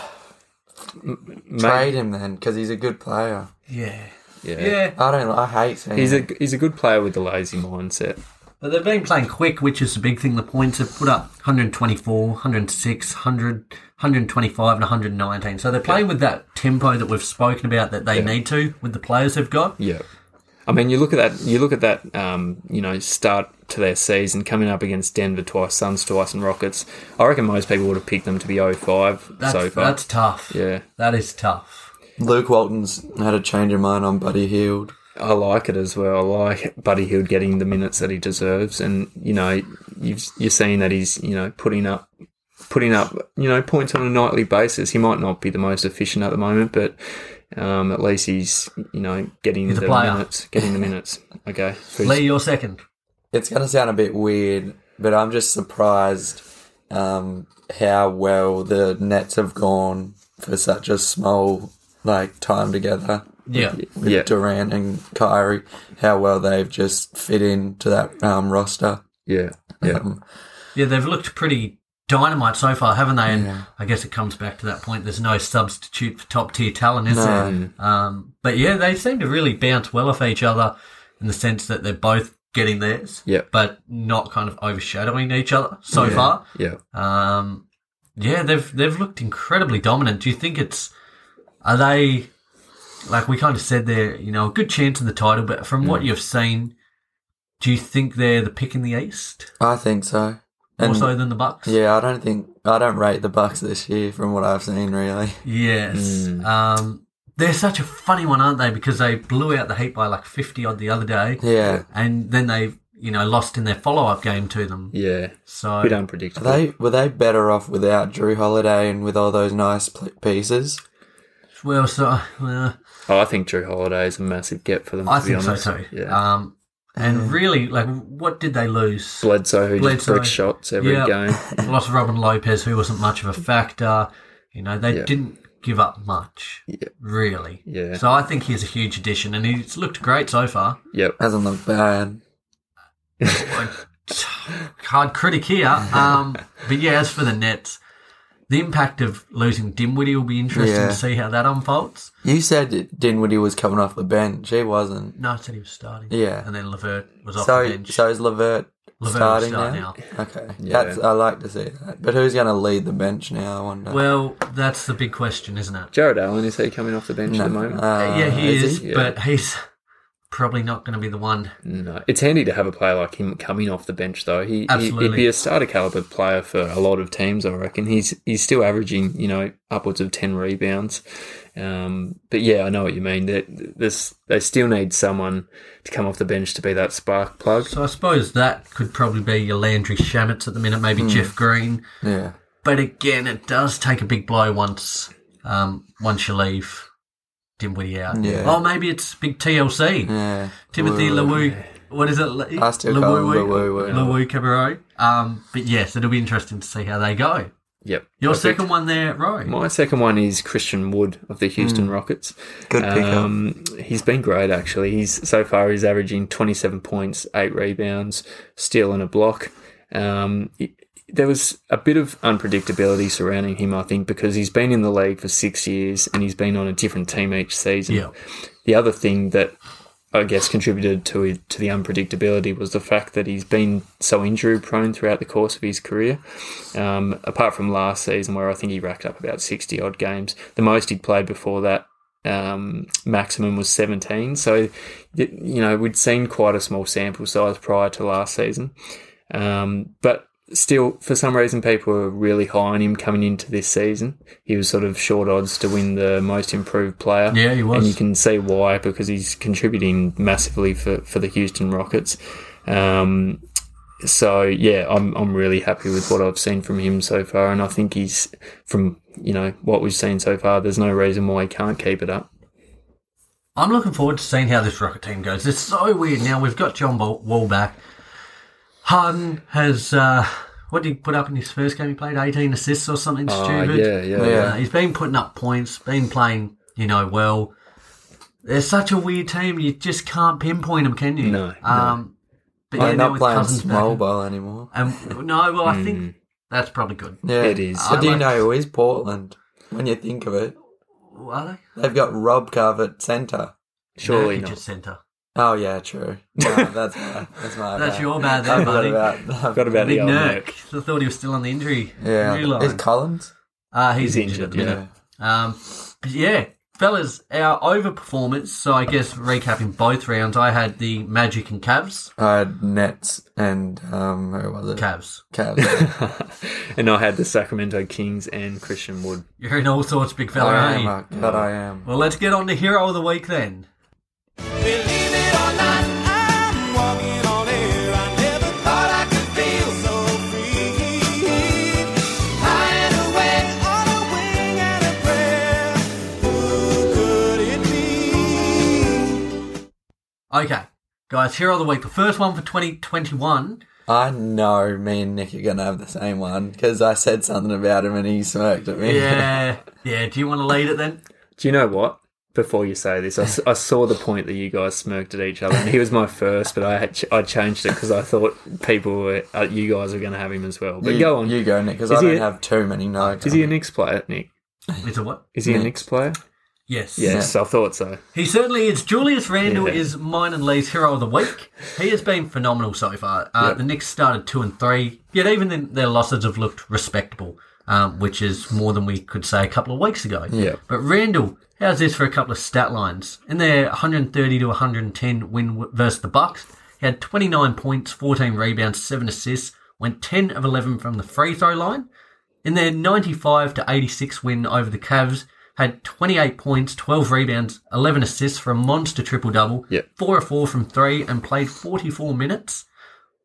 Mate,
trade him then because he's a good player.
Yeah.
yeah.
yeah.
I don't. I hate seeing.
He's
him.
a he's a good player with the lazy mindset.
But they've been playing quick, which is the big thing. The points have put up 124, 106, 100, 125, and 119. So they're playing with that tempo that we've spoken about that they need to with the players they've got.
Yeah. I mean, you look at that. You look at that. Um, you know, start to their season coming up against Denver twice, Suns twice, and Rockets. I reckon most people would have picked them to be 05
That's,
so far.
that's tough.
Yeah.
That is tough.
Luke Walton's had a change of mind on Buddy Hield.
I like it as well. I like Buddy Hield getting the minutes that he deserves, and you know, you've, you're seeing that he's you know putting up, putting up you know points on a nightly basis. He might not be the most efficient at the moment, but um, at least he's you know getting
He's a
the
player.
minutes, getting the minutes. Okay, Who's-
Lee, you're second.
It's going to sound a bit weird, but I'm just surprised um, how well the Nets have gone for such a small like time together.
Yeah.
With
Yeah.
Durant and Kyrie, how well they've just fit into that um, roster.
yeah, yeah.
Um,
Yeah, they've looked pretty dynamite so far, haven't they? And I guess it comes back to that point. There's no substitute for top tier talent, is there? Um, but yeah, they seem to really bounce well off each other in the sense that they're both getting theirs,
Yeah.
but not kind of overshadowing each other so far.
yeah.
Um, yeah, they've they've looked incredibly dominant. Do you think it's are they like we kind of said they're you know a good chance in the title, but
Mm.
from what you've seen, do you think they're the pick in the east?
I think so.
more
And-
so than the Bucks.
Yeah, I don't think I don't rate the Bucks this year from what I've seen. Really,
Yes.
Hmm.
Um, they're such a funny one, aren't they? Because they blew out the Heat by like fifty odd the other day,
yeah,
and then they you know lost in their follow up game to them.
Yeah.
So
Bit unpredictable.
Are they were they better off without Drew Holiday and with all those nice pl- pieces?
well, so uh,
Oh, I think Drew Holiday is a massive get for them.
I
to be
think so
honest.
too.
Yeah.
Um, and really, like, what did they lose?
Bledsoe who just
Bledsoe.
took shots every
Yeah.
game.
lost Robin Lopez, who wasn't much of a factor. You know, they
Yeah.
didn't give up much,
Yeah.
really.
Yeah.
So I think he's a huge addition, and he's looked great so far.
Yep.
Hasn't looked bad.
Hard critic here. Um, but yeah, as for the Nets, the impact of losing Dimwitty will be interesting
Yeah.
to see how that unfolds.
You said Dinwiddie was coming off the bench. He wasn't.
No, I said he was starting.
Yeah.
And then Levert was off the
So
bench.
so is Levert,
Levert will
starting
start
now? Okay,
Yeah.
that's I like to see that. But who's going to lead the bench now? I wonder.
Well, that's the big question, isn't it?
Jared Allen, is he coming off the bench at the moment?
Uh,
yeah, he is,
he? Yeah.
but he's probably not going to be the one.
no. It's handy to have a player like him coming off the bench, though. He, he
Absolutely.
He'd be a starter caliber player for a lot of teams, I reckon. He's he's still averaging, you know, upwards of 10 rebounds. Um, but yeah, I know what you mean. They, this, they still need someone to come off the bench to be that spark plug.
So I suppose that could probably be your Landry Shamitz at the minute,
Hmm.
maybe Jeff Green.
Yeah.
But again, it does take a big blow once um, once you leave Dimwitty out.
Yeah. Hmm.
Oh, maybe it's big TLC.
Yeah.
Timothy
Woo.
Lewu. What is it? Le-
I still call him Lewu, yeah.
Lewu Cabaret. Um, but yes, it'll be interesting to see how they go.
Yep.
Your
Perfect.
second one there, Roy.
My second one is Christian Wood of the Houston Rockets.
Good pickup.
Um, he's been great actually. He's so far he's averaging 27 points, eight rebounds, steal and a block. Um, he- there was a bit of unpredictability surrounding him, I think, because he's been in the league for six years and he's been on a different team each season.
Yeah.
The other thing that I guess contributed to it, to the unpredictability was the fact that he's been so injury prone throughout the course of his career. Um, apart from last season, where I think he racked up about sixty odd games, the most he'd played before that um, maximum was seventeen. So, y- you know, we'd seen quite a small sample size prior to last season, um, but still, for some reason, people were really high on him coming into this season. He was sort of short odds to win the most improved player.
Yeah, he was.
And you can see why because he's contributing massively for, for the Houston Rockets. Um, so yeah, I'm I'm really happy with what I've seen from him so far, and I think he's from you know what we've seen so far. There's no reason why he can't keep it up.
I'm looking forward to seeing how this Rocket team goes. It's so weird now. We've got John Ball- Wall back. Harden has uh, what did he put up in his first game? He played 18 assists or something
Uh,
stupid.
yeah, yeah,
Yeah.
Uh, he's been putting up points, been playing, you know, well. They're such a weird team. You just can't pinpoint them, can you?
No, no.
Um, but yeah,
Like,
now
not
with
playing
Cousins
small
back,
ball anymore.
and Um, no, well, I think that's probably good.
Yeah.
It is.
I
I
do
like-
know who is Portland when you think of it.
Are they?
They've got Rob Carver centre.
Surely
Nurkic
not.
at centre.
Oh yeah, true. No, that's my, that's my
That's
bad.
your bad
I
there,
forgot
buddy.
about
Got about
Big
the old
Nurk.
Nurk.
I thought he was still on the injury.
yeah.
Realised.
Is Collins?
Uh, he's,
He's
injured, at the
injured,
minute. Um, but yeah, fellas, our overperformance. So I guess recapping both rounds, I had the Magic and Cavs.
I had Uh, Nets and um, who was it?
Cavs.
Cavs.
and I had the Sacramento Kings and Christian Wood.
You're in all sorts, big fella,
I
aren't
am.
you?
I- God, I am.
Well, let's get on to Hero of the Week then.
Believe it or not, I'm walking on air. I never thought I could feel so free. High and away on a wing and a prayer. Who could it be?
Okay, guys, Hero of the Week. The first one for 2021.
I know me and Nick are going to have the same one because I said something about him and he smirked at me.
Yeah, yeah. Do you want to lead it then?
Do you know what? Before you say this, I, s- I saw the point that you guys smirked at each other, and he was my first, but I had ch- I changed it because I thought people were uh, you guys were going to have him as well. But
you,
go on.
You go, Nick, because
Is
I
he
don't
a-
have too many notes.
Is he a Knicks player, Nick?
It's a what?
Is he a
Knicks.
Knicks player?
Yes.
Yes, I thought so.
He certainly is. Julius Randle
Yeah.
is mine and Lee's hero of the week. He has been phenomenal so far. Uh, The Knicks started two and three, yet even then their losses have looked respectable, um, which is more than we could say a couple of weeks ago.
Yeah.
But Randle, how's this for a couple of stat lines? In their 130 to 110 win w- versus the Bucks, he had 29 points, 14 rebounds, seven assists, went 10 of 11 from the free throw line. In their 95 to 86 win over the Cavs, had 28 points, 12 rebounds, 11 assists for a monster triple double,
Yep.
4 of 4 from 3, and played 44 minutes.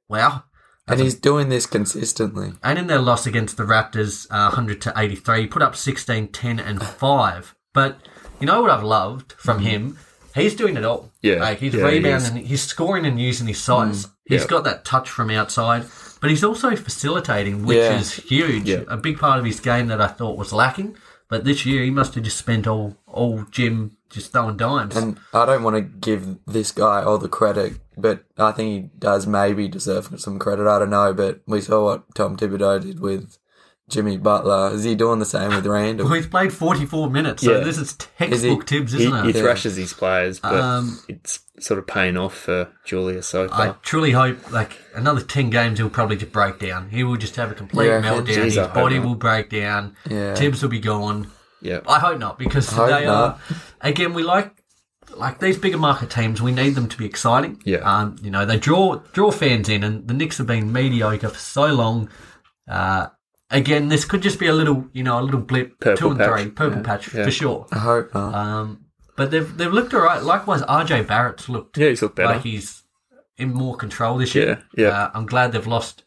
Wow.
And he's doing this consistently.
And in their loss against the Raptors, uh, 100 to 83, put up 16, 10, and 5. But you know what I've loved from him? He's doing it all.
Mm-hmm. Yeah.
Like he's
Yeah, he is. Mm.
rebounding, he's scoring and using his size. He's
Yeah.
got that touch from outside, but he's also facilitating, which
Yeah.
is huge.
Yeah.
A big part of his game that I thought was lacking. But this year, he must have just spent all all gym just throwing dimes.
And I don't want to give this guy all the credit, but I think he does maybe deserve some credit. I don't know, but we saw what Tom Thibodeau did with Jimmy Butler. Is he doing the same with
well,
Randall?
he's played 44 minutes, so
Yeah.
this is textbook Tibbs,
He,
isn't it?
he thrashes his players, but
Um,
it's sort of paying off for Julia so
I
far.
truly hope, like another ten games, he'll probably just break down. He will just have a complete
Yeah,
meltdown.
geez,
His
I hope
body
not.
will break down.
Yeah.
Tibbs will be gone.
yeah.
I hope not because
hope
they
not.
are. Again, we like like these bigger market teams. We need them to be exciting.
Yeah.
Um, you know they draw draw fans in, and the Knicks have been mediocre for so long. Uh, again, this could just be a little, you know, a little blip, two
Purple
and
patch.
three, purple patch
yeah.
for sure.
I hope not.
Um, but they've they've looked all right. Likewise, RJ Barrett's looked
Yeah, he's looked better.
like he's in more control this year.
Yeah, yeah.
Uh, I'm glad they've lost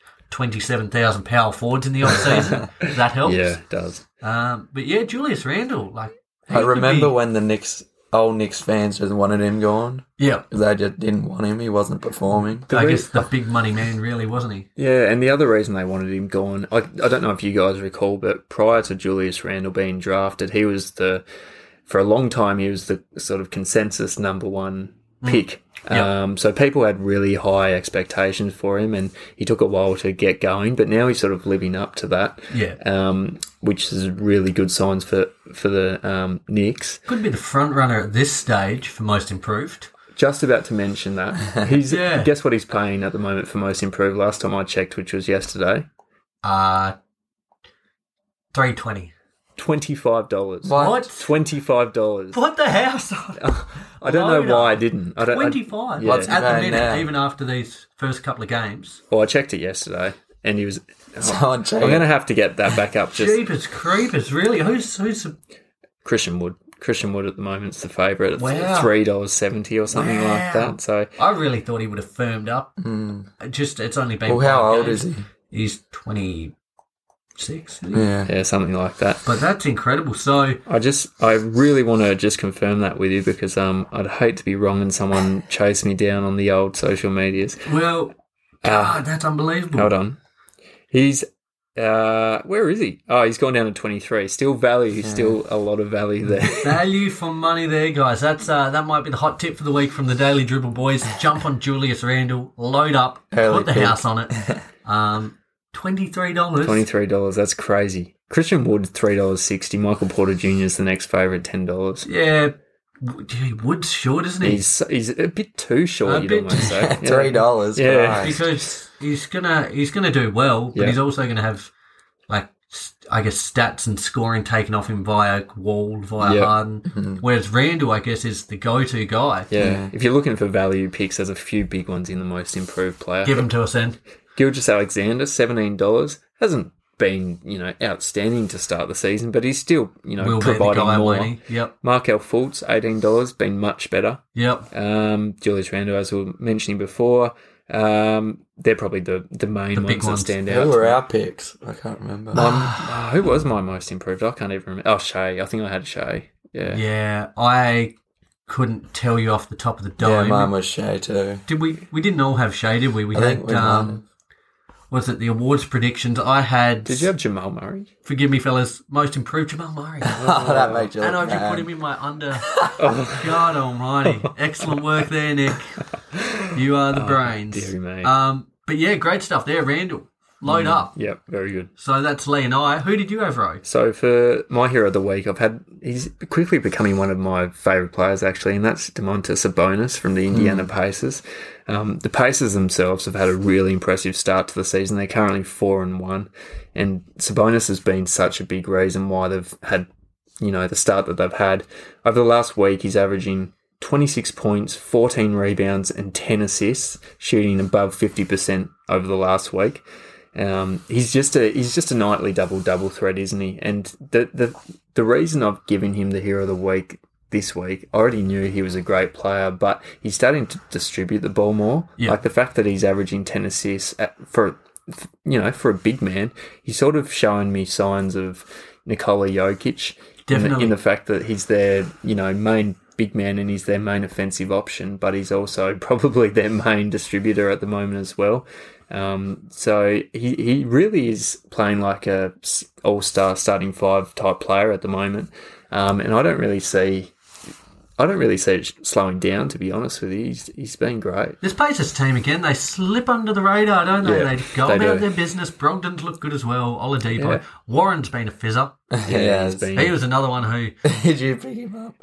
27,000 power forwards in the off season. that helps.
yeah, it does.
Um, but yeah, Julius Randle, like he
I
could
remember
be-
when the Knicks, old Knicks fans just wanted him gone.
yeah,
They just didn't want him. He wasn't performing.
I
re-
guess the big money man really wasn't he?
Yeah, and the other reason they wanted him gone, I, I don't know if you guys recall, but prior to Julius Randle being drafted, he was the, for a long time, he was the sort of consensus number one pick.
Mm. Yeah.
Um, so people had really high expectations for him, and he took a while to get going, but now he's sort of living up to that.
Yeah.
Um, which is really good signs for for the um, Knicks.
Could be the front runner at this stage for most improved.
Just about to mention that he's
Yeah.
guess what he's paying at the moment for most improved. Last time I checked, which was yesterday,
Uh 320.
twenty five dollars.
Why-
What?
Twenty five dollars.
What the house?
I don't
Loader.
know why I didn't. I don't. I-
25
Yeah.
at the
Right
minute,
now.
even after these first couple of games.
well, I checked it yesterday, and he was.
Someone check
I'm going to
it.
have to get that back up. Just
Jeepers creepers, really? Who's who's
Christian Wood. Christian Wood at the moment's the favourite.
Wow.
It's three dollars seventy or something
Wow.
like that. So
I really thought he would have firmed up. Just it's only been.
Hmm. Well, how
five
old
games.
is he?
He's twenty six.
Yeah.
yeah, something like that.
But that's incredible. So
I just, I really want to just confirm that with you because um, I'd hate to be wrong and someone chase me down on the old social medias.
well,
Ah.
God, that's unbelievable.
Hold on, he's, uh, where is he? Oh, he's gone down to twenty three. Still value, still a lot of value there.
Value for money, there, guys. That's uh, that might be the hot tip for the week from the Daily Dribble Boys. Jump on Julius Randall, load up,
Early
put the
pick.
house on it. Um, twenty three dollars.
Twenty three dollars. That's crazy. Christian Wood three dollars sixty. Michael Porter Jr. is the next favorite ten dollars.
Yeah, W- gee, Wood's short, isn't he?
He's he's a bit too short.
Hmm. A
you'd
bit-
almost say
Three dollars.
Yeah.
Yeah.
because he's gonna he's gonna do well, but
Yeah.
he's also gonna have like s- I guess stats and scoring taken off him via Wall, via
Yeah.
Harden. Whereas Randall, I guess, is the go-to guy.
Yeah. If you're looking for value picks, there's a few big ones in the most improved player.
Give him to us then.
Gilgis Alexander, seventeen dollars, hasn't been you know outstanding to start the season, but he's still you know
Will be the
providing
guy,
more.
won't he? Yep,
Markel Fultz, eighteen dollars, been much better.
yep.
Um, Julius Randle, as we were mentioning before, um, they're probably the the main
The
ones,
big ones.
that stand out.
Who were our picks? I can't remember.
Oh, who was my most improved? I can't even remember. Oh, Shay. I think I had Shay. Yeah.
Yeah, I couldn't tell you off the top of the
yeah,
dome.
mine was Shay too.
did we? We didn't all have Shay, did we? We
I
had.
think we
um,
won.
was it the awards predictions? I had.
Did you have Jamal Murray?
Forgive me, fellas. Most improved Jamal Murray.
Oh, that made you
And
look
I've just
mad.
put him in my under. God almighty. Excellent work there, Nick. You are the brains.
dearie me.
Um, but yeah, great stuff there, Randall. Load up.
Yep, very good.
So that's Lee and I. Who did you have, Ro?
So for my hero of the week, I've had he's quickly becoming one of my favourite players actually, and that's Demontis Sabonis from the Indiana Pacers. Um, the Pacers themselves have had a really impressive start to the season. They're currently four and one, and Sabonis has been such a big reason why they've had you know the start that they've had over the last week. He's averaging. 26 points, 14 rebounds, and 10 assists, shooting above 50% over the last week. Um, he's just a he's just a nightly double double threat, isn't he? And the the the reason I've given him the hero of the week this week, I already knew he was a great player, but he's starting to distribute the ball more.
Yeah.
Like the fact that he's averaging ten assists at, for you know for a big man, he's sort of showing me signs of Nikola Jokic. in the-
Definitely.
in the fact that he's their you know main big man and he's their main offensive option, but he's also probably their main distributor at the moment as well. Um, so he, he really is playing like a all star starting five type player at the moment, um, and I don't really see. I don't really see it slowing down, to be honest with you. He's, he's been great.
This Pacers team again, they slip under the radar, don't they?
Yeah,
they go
they
about
do.
their business. Brogdon's looked good as well. Oladipo.
Yeah.
Warren's been a fizzer.
Yeah,
he's been-
He was another one who.
Did you pick him up?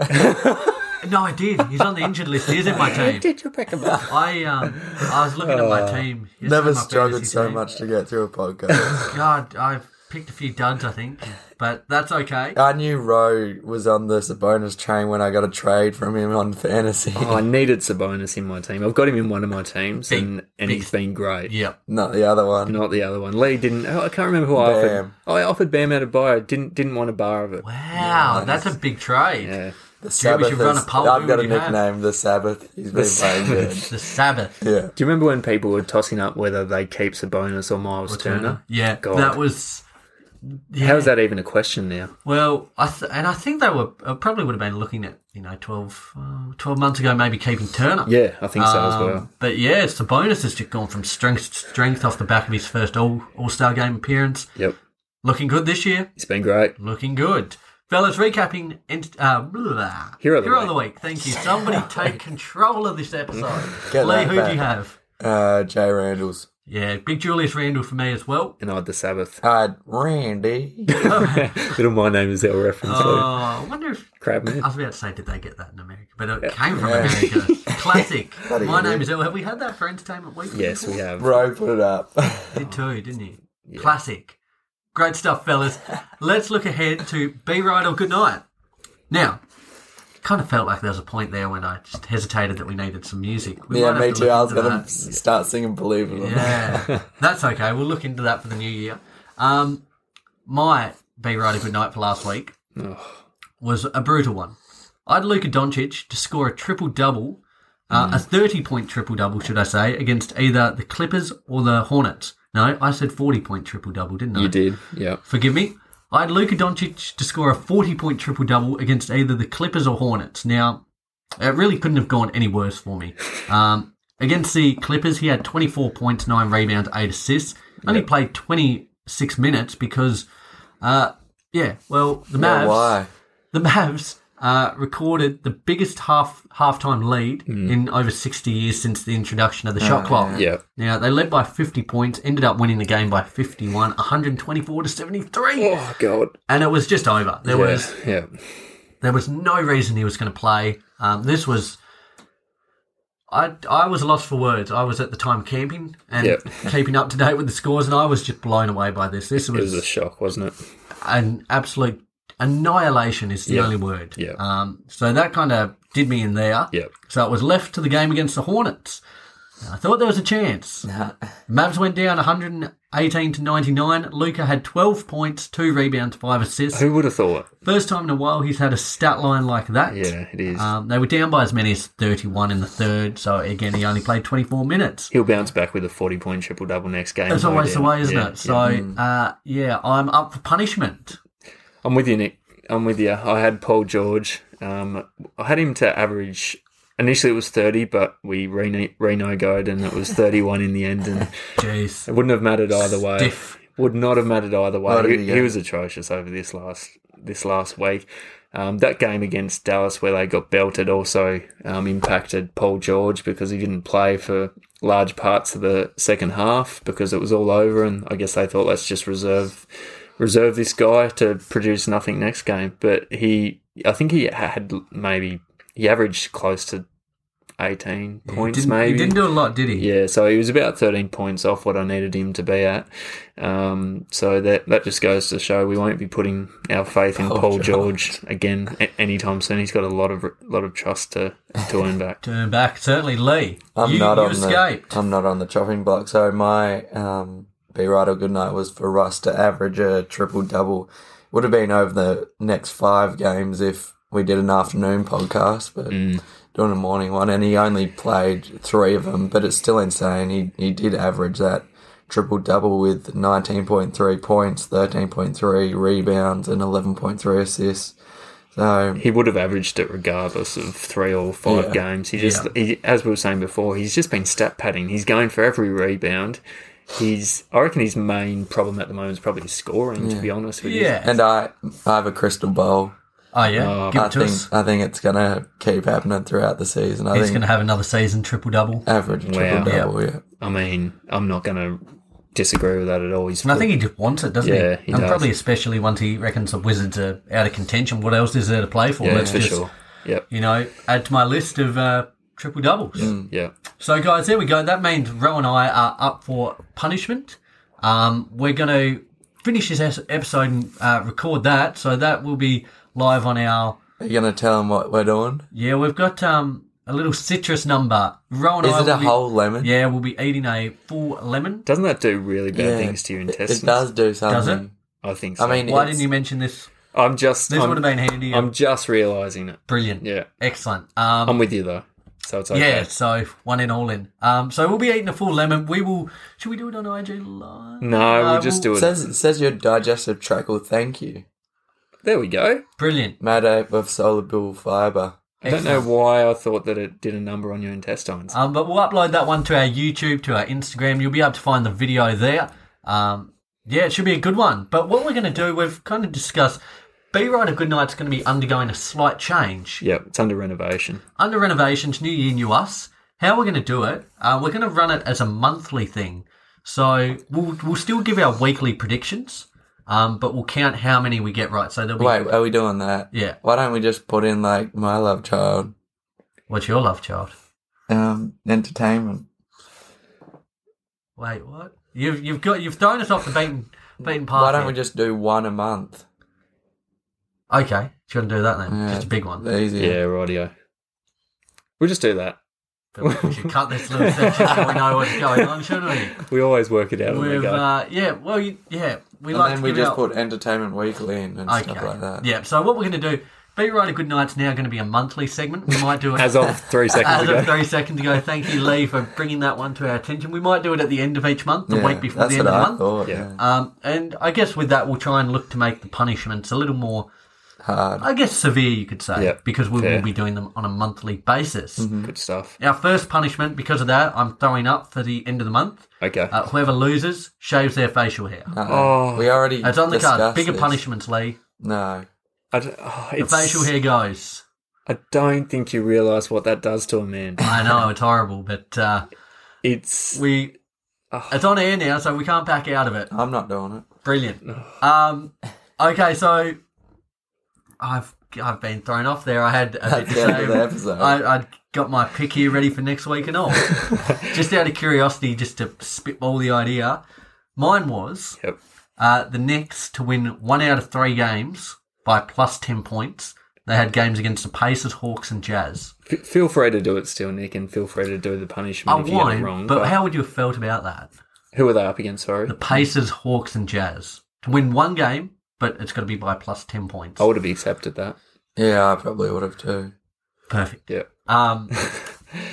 No, I did. He's on the injured list. He's in my team.
Did you pick him up?
I um, I was looking at my team. yesterday,
Never
my
struggled
fantasy
so
team.
much to get through a podcast.
God, I've picked a few duds, I think, but that's okay.
Oh.
I knew Rowe was on the Sabonis train when I got a trade from him on fantasy.
Oh, I needed Sabonis in my team. I've got him in one of my teams,
Big-
and, and
big-
he's been great.
Yep.
Not the other one.
Not the other one. Lee didn't. Oh, I can't remember who I offered.
Bam.
Oh, I offered Bam out of bio. Didn't didn't want a bar of it.
Wow, that's a big trade.
Yeah.
The
we
Sabbath.
should run
is-
a poll,
I've
who
got a
would you have?
nickname, the Sabbath. He's been playing good.
The Sabbath.
Yeah.
Do you remember when people were tossing up whether they keep Sabonis or Miles Turner?
Yeah,
God.
that was. Yeah.
How's that even a question now?
Well, I th- and I think they were uh, probably would have been looking at you know 12, uh, 12 months ago maybe keeping Turner.
Yeah, I think so as
Um,
well.
But yeah, it's the bonus has just gone from strength to strength off the back of his first All All Star game appearance.
Yep,
Looking good this year.
it's been great.
Looking good. Fellas, recapping. Ent- uh, blah.
Hero of the
of the week. Thank you. Somebody take control of this episode.
Get
Lee,
that
who do
back.
you have?
Uh, Jay Randall's.
Yeah, big Julius Randall for me as well.
And I had the Sabbath.
Uh, Randy.
Little my name is our reference.
Oh,
Oh.
I wonder if
Crab man.
I was about to say, did they get that in America? But it came from America. Classic. My name is El. Have we had that for Entertainment Week?
Yes, we have.
Rowe put it up.
You did too, didn't you? Classic. Great stuff, fellas. Let's look ahead to Be Right or Good Night. Now, kind of felt like there was a point there when I just hesitated that we needed some music. We
yeah,
might have
me
to
too.
look
I was
into
going to
that.
start singing Believe It or Not.
Yeah, that's okay. We'll look into that for the new year. Um, my be right a good night for last week was a brutal one. I had Luka Doncic to score a triple double, uh, a thirty-point triple double, should I say, against either the Clippers or the Hornets. No, I said forty-point triple double, didn't I?
You did. Yep.
Forgive me. I had Luka Doncic to score a 40 point triple double against either the Clippers or Hornets. Now, it really couldn't have gone any worse for me. Um, against the Clippers, he had 24 points, 9 rebounds, 8 assists. Only played 26 minutes because, uh, yeah, well, the Mavs
Yeah, why?
the Mavs uh, recorded the biggest half halftime lead
Hmm.
in over 60 years since the introduction of the
Oh,
shot clock.
Yeah.
Now they led by 50 points, ended up winning the game by 51, 124 to 73,
Oh God.
and it was just over. There
Yeah.
was
Yeah.
there was no reason he was going to play. Um, this was. I, I was lost for words. I was at the time camping and
Yep.
keeping up to date with the scores, and I was just blown away by this. This
It was a shock, wasn't it?
an absolute annihilation is the
Yeah.
only word.
Yeah.
Um, so that kind of did me in there.
Yeah.
So it was left to the game against the Hornets. I thought there was a chance. Mavs went down 118 to 99. Luca had 12 points, two rebounds, five assists.
Who would have thought?
First time in a while he's had a stat line like that.
Yeah, it is.
Um, they were down by as many as 31 in the third. So again, he only played 24 minutes.
He'll bounce back with a forty-point triple-double next game.
That's
no
always the
doubt.
way, isn't
Yeah, Mm.
it? So, uh, yeah, I'm up for punishment.
I'm with you, Nick. I'm with you. I had Paul George. Um, I had him to average. Initially, it was 30, but we reno renogoed and it was 31 in the end, and
Jeez.
it wouldn't have mattered either way.
Stiff.
Would not have mattered either
Not
way.
even
He,
a
he
game.
was atrocious over this last this last week. Um, that game against Dallas, where they got belted, also um, impacted Paul George because he didn't play for large parts of the second half because it was all over, and I guess they thought let's just reserve reserve this guy to produce nothing next game. But he, I think he had maybe he averaged close to eighteen points,
Didn't,
maybe
He didn't do a lot, did he?
yeah, so he was about 13 points off what I needed him to be at. Um, so that that just goes to show we won't be putting our faith
Oh,
in Paul George, again a- anytime soon. He's got a lot of lot of trust to to earn back.
Turn back. Certainly, Lee.
I'm
you,
not
you
on
escaped.
the. I'm not on the chopping block. So my um, be be right or good night was for Russ to average a triple double. Would have been over the next five games if we did an afternoon podcast, but
Mm.
doing a morning one, and he only played three of them, but it's still insane. He he did average that triple double with 19.3 points, 13.3 rebounds, and 11.3 assists. So
He would have averaged it regardless of three or five
Yeah.
games. He just, he, as we were saying before, he's just been stat padding. He's going for every rebound. He's, I reckon, his main problem at the moment is probably his scoring. To be honest with you,
Yeah.
And I, I have a crystal ball.
oh, yeah. Give
Uh, I
it to
think
us.
I think it's gonna keep happening throughout the season. I
He's
think
going to have another season triple double.
average triple double. Yeah.
I mean, I'm not going to disagree with that at all. He's
And I think he just wants it, doesn't
Yeah,
he?
he
and
does.
probably especially once he reckons the Wizards are out of contention. What else is there to play for?
yeah,
Let's
for
just,
sure. Yep,
you know, add to my list of uh, triple doubles.
Mm.
yep.
So, guys, there we go. That means Ro and I are up for punishment. Um, we're going to finish this es- episode and uh, record that. So that will be live on our.
Are you gonna tell him what we're doing?
Yeah, we've got um, a little citrus number. Ro and
Is
I
it a
will be-
whole lemon?
Yeah, we'll be eating a full lemon.
Doesn't that do really bad
Yeah.
things to your
It-
intestines?
It does do something.
I think. So.
I mean,
Why
it's-
didn't you mention this?
I'm just.
This
I'm,
would have been handy.
I'm just realizing it.
Brilliant.
Yeah,
Excellent. Um,
I'm with you though. So it's okay.
Yeah, so one in, all in. Um, so we'll be eating a full lemon. We will. Should we do it on IG Live?
No,
No,
we'll just do
It
it.
Um, says it says your digestive tract will thank you.
there we go.
Brilliant.
Made up of soluble fiber.
I don't know
Excellent.
why I thought that it did a number on your
Uh,
intestines.
Um, but we'll upload that one to our YouTube, to our Instagram. You'll be able to find the video there. Um, yeah, it should be a good one. But what we're going to do, we've kind of discussed. Be Right a Good Night's going to be undergoing a slight change.
yeah, it's under renovation.
Under renovations, new year, new us. How we're going to do it, uh, we're going to run it as a monthly thing. So we'll, we'll still give our weekly predictions, um, but we'll count how many we get right. So there'll be
Wait, are we doing that?
Yeah.
Why don't we just put in like my love child
What's your love child?
um, entertainment?
Wait, what? You've you've got you've thrown us off the beaten beaten path.
Why don't we
here.
just do one a month?
Okay, do you want to do that then? Just a big one.
Easy.
Yeah, rightio. We'll just do that.
we should cut this little section so we know what's going on, shouldn't
We always work it out.
we?
on the
We've
go.
uh, yeah, well you, yeah, we
Oh And
like
then
to
we
give
just
out-
put entertainment weekly in and
okay.
stuff like that.
Yeah, so what we're going to do? Be right a good night's now going to be a monthly segment. We might do it
As of three seconds
As
ago.
of three seconds ago, thank you, Lee, for bringing that one to our attention. We might do it at the end of each month, the
Yeah,
week before
that's
the end
what
of the
I
month.
thought.
Yeah.
yeah.
Um, and I guess with that, we'll try and look to make the punishments a little more
Hard.
I guess severe, you could say,
Yep.
because we
Fair.
will be doing them on a monthly basis.
Mm-hmm. Mm.
Good stuff.
Our first punishment, because of that, I'm throwing up for the end of the month.
Okay.
Uh, whoever loses shaves their facial hair.
oh,
We already.
It's on the card.
discussed
Bigger
this.
punishments, Lee.
No.
I, d- oh,
The
it's,
facial hair goes.
I don't think you realise what that does to a man.
I know it's horrible, but uh,
It's
we. It's on air now, so we can't back out of it.
I'm not doing it.
Brilliant. Um, okay, so I've I've been thrown off there. I had a bit to
the end
say.
of the episode.
I, I got my pick here ready for next week and all. just out of curiosity, just to spitball the idea, mine was
Yep.
uh, the Knicks to win one out of three games by plus ten points. They had games against the Pacers, Hawks, and Jazz.
F- feel free to do it still, Nick, and feel free to do the punishment
I
if you get
won,
it wrong.
but, how would you have felt about that?
who are they up against? Sorry,
The Pacers, Hawks, and Jazz to win one game, but it's got to be by plus ten points.
I would have accepted that.
Yeah, I probably would have too.
Perfect.
Yeah,
Um,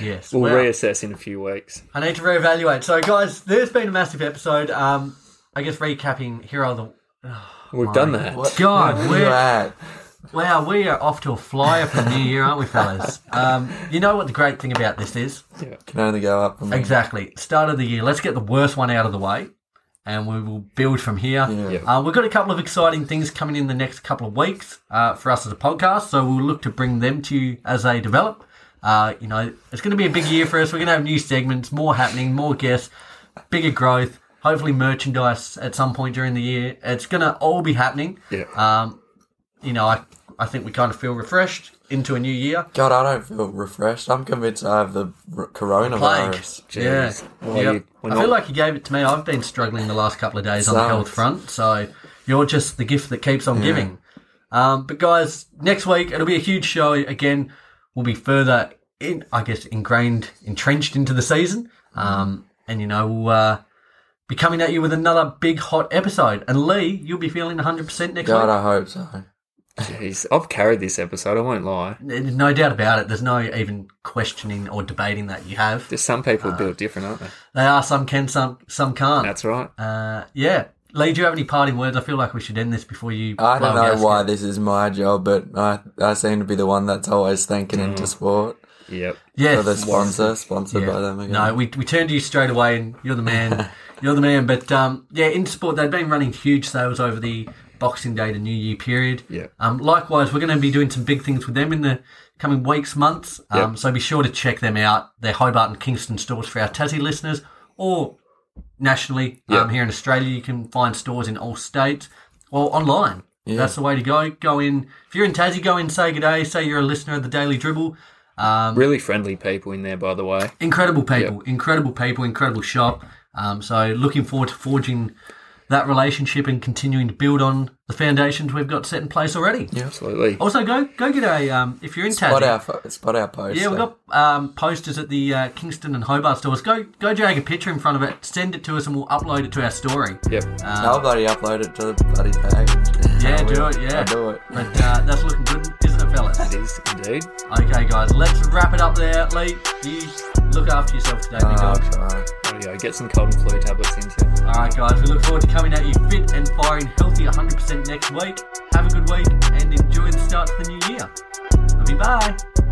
yes.
we'll
Well,
reassess in a few weeks.
I need to reevaluate. So, guys, there's been a massive episode. Um, I guess recapping Hero of the
We've done that.
God,
Where you
we're,
at?
wow, we are off to a flyer for the new year, aren't we, fellas? Um, you know what the great thing about this is?
Can only go up from
Exactly. Start of the year. Let's get the worst one out of the way, and we will build from here.
Yeah.
Uh, we've got a couple of exciting things coming in the next couple of weeks uh, for us as a podcast, so we'll look to bring them to you as they develop. Uh, you know, it's going to be a big year for us. We're going to have new segments, more happening, more guests, bigger growth. Hopefully, merchandise at some point during the year. It's going to all be happening.
Yeah,
You know, I I think we kind of feel refreshed into a new year.
God, I don't feel refreshed. I'm convinced I have the r-
Plague.
coronavirus.
Yeah.
Jeez. Well,
Yep.
you- we're
I
not-
feel like you gave it to me. I've been struggling the last couple of days on the
Sucks.
health front, so you're just the gift that keeps on giving. Um, but guys, next week it'll be a huge show again. We'll be further in, I guess, ingrained, entrenched into the season, um, and you know we'll uh, be coming at you with another big hot episode. And Lee, you'll be feeling 100% next
God,
week.
I hope so.
Jeez, I've carried this episode. I won't lie.
There's no doubt about it. There's no even questioning or debating that you have.
Just some people are
Uh,
built different, aren't they?
They are some can, some some can't.
That's right.
Uh, yeah. Lee, do you have any parting words? I feel like we should end this before you.
I don't
blow a
know
gasket.
why this is my job, but I, I seem to be the one that's always thanking into sport
Yep.
Mm. Yes.
for the sponsor, sponsored
Yeah.
by them again.
No, we, we turned to you straight away, and you're the man. you're the man. But um, yeah, in sport, they've been running huge sales over the Boxing Day to New Year period.
Yeah.
Um, likewise, we're going to be doing some big things with them in the coming weeks, months. Um, So be sure to check them out. They're Hobart and Kingston stores for our Tassie listeners, or nationally um, here in Australia, you can find stores in all states or online. That's the way to go. Go in if you're in Tassie, go in, say good day, say you're a listener of the Daily Dribble. um,
Really friendly people in there, by the way.
Incredible people, incredible people, incredible shop. Um, so looking forward to forging that relationship and continuing to build on the foundations we've got set in place already.
Absolutely.
Also, go go get a um, if you're in
Spot
Tassie.
our, fo- spot our post.
Yeah, we've got um, posters at the uh, Kingston and Hobart stores. Go go drag a picture in front of it, send it to us, and we'll upload it to our story.
Yep.
I'll bloody upload it to the bloody page.
Yeah,
I
do
will.
it, yeah.
I'll do it.
But uh, that's looking good, isn't it, fellas?
It is indeed.
Okay, guys, let's wrap it up there. Lee, you look after yourself today, big
I'll
dog.
try.
There you go. Get some cold and flu tablets into you.
All right, guys, we look forward to coming at you fit and firing healthy 100% next week. Have a good week and enjoy the start to the new year. Love you, bye.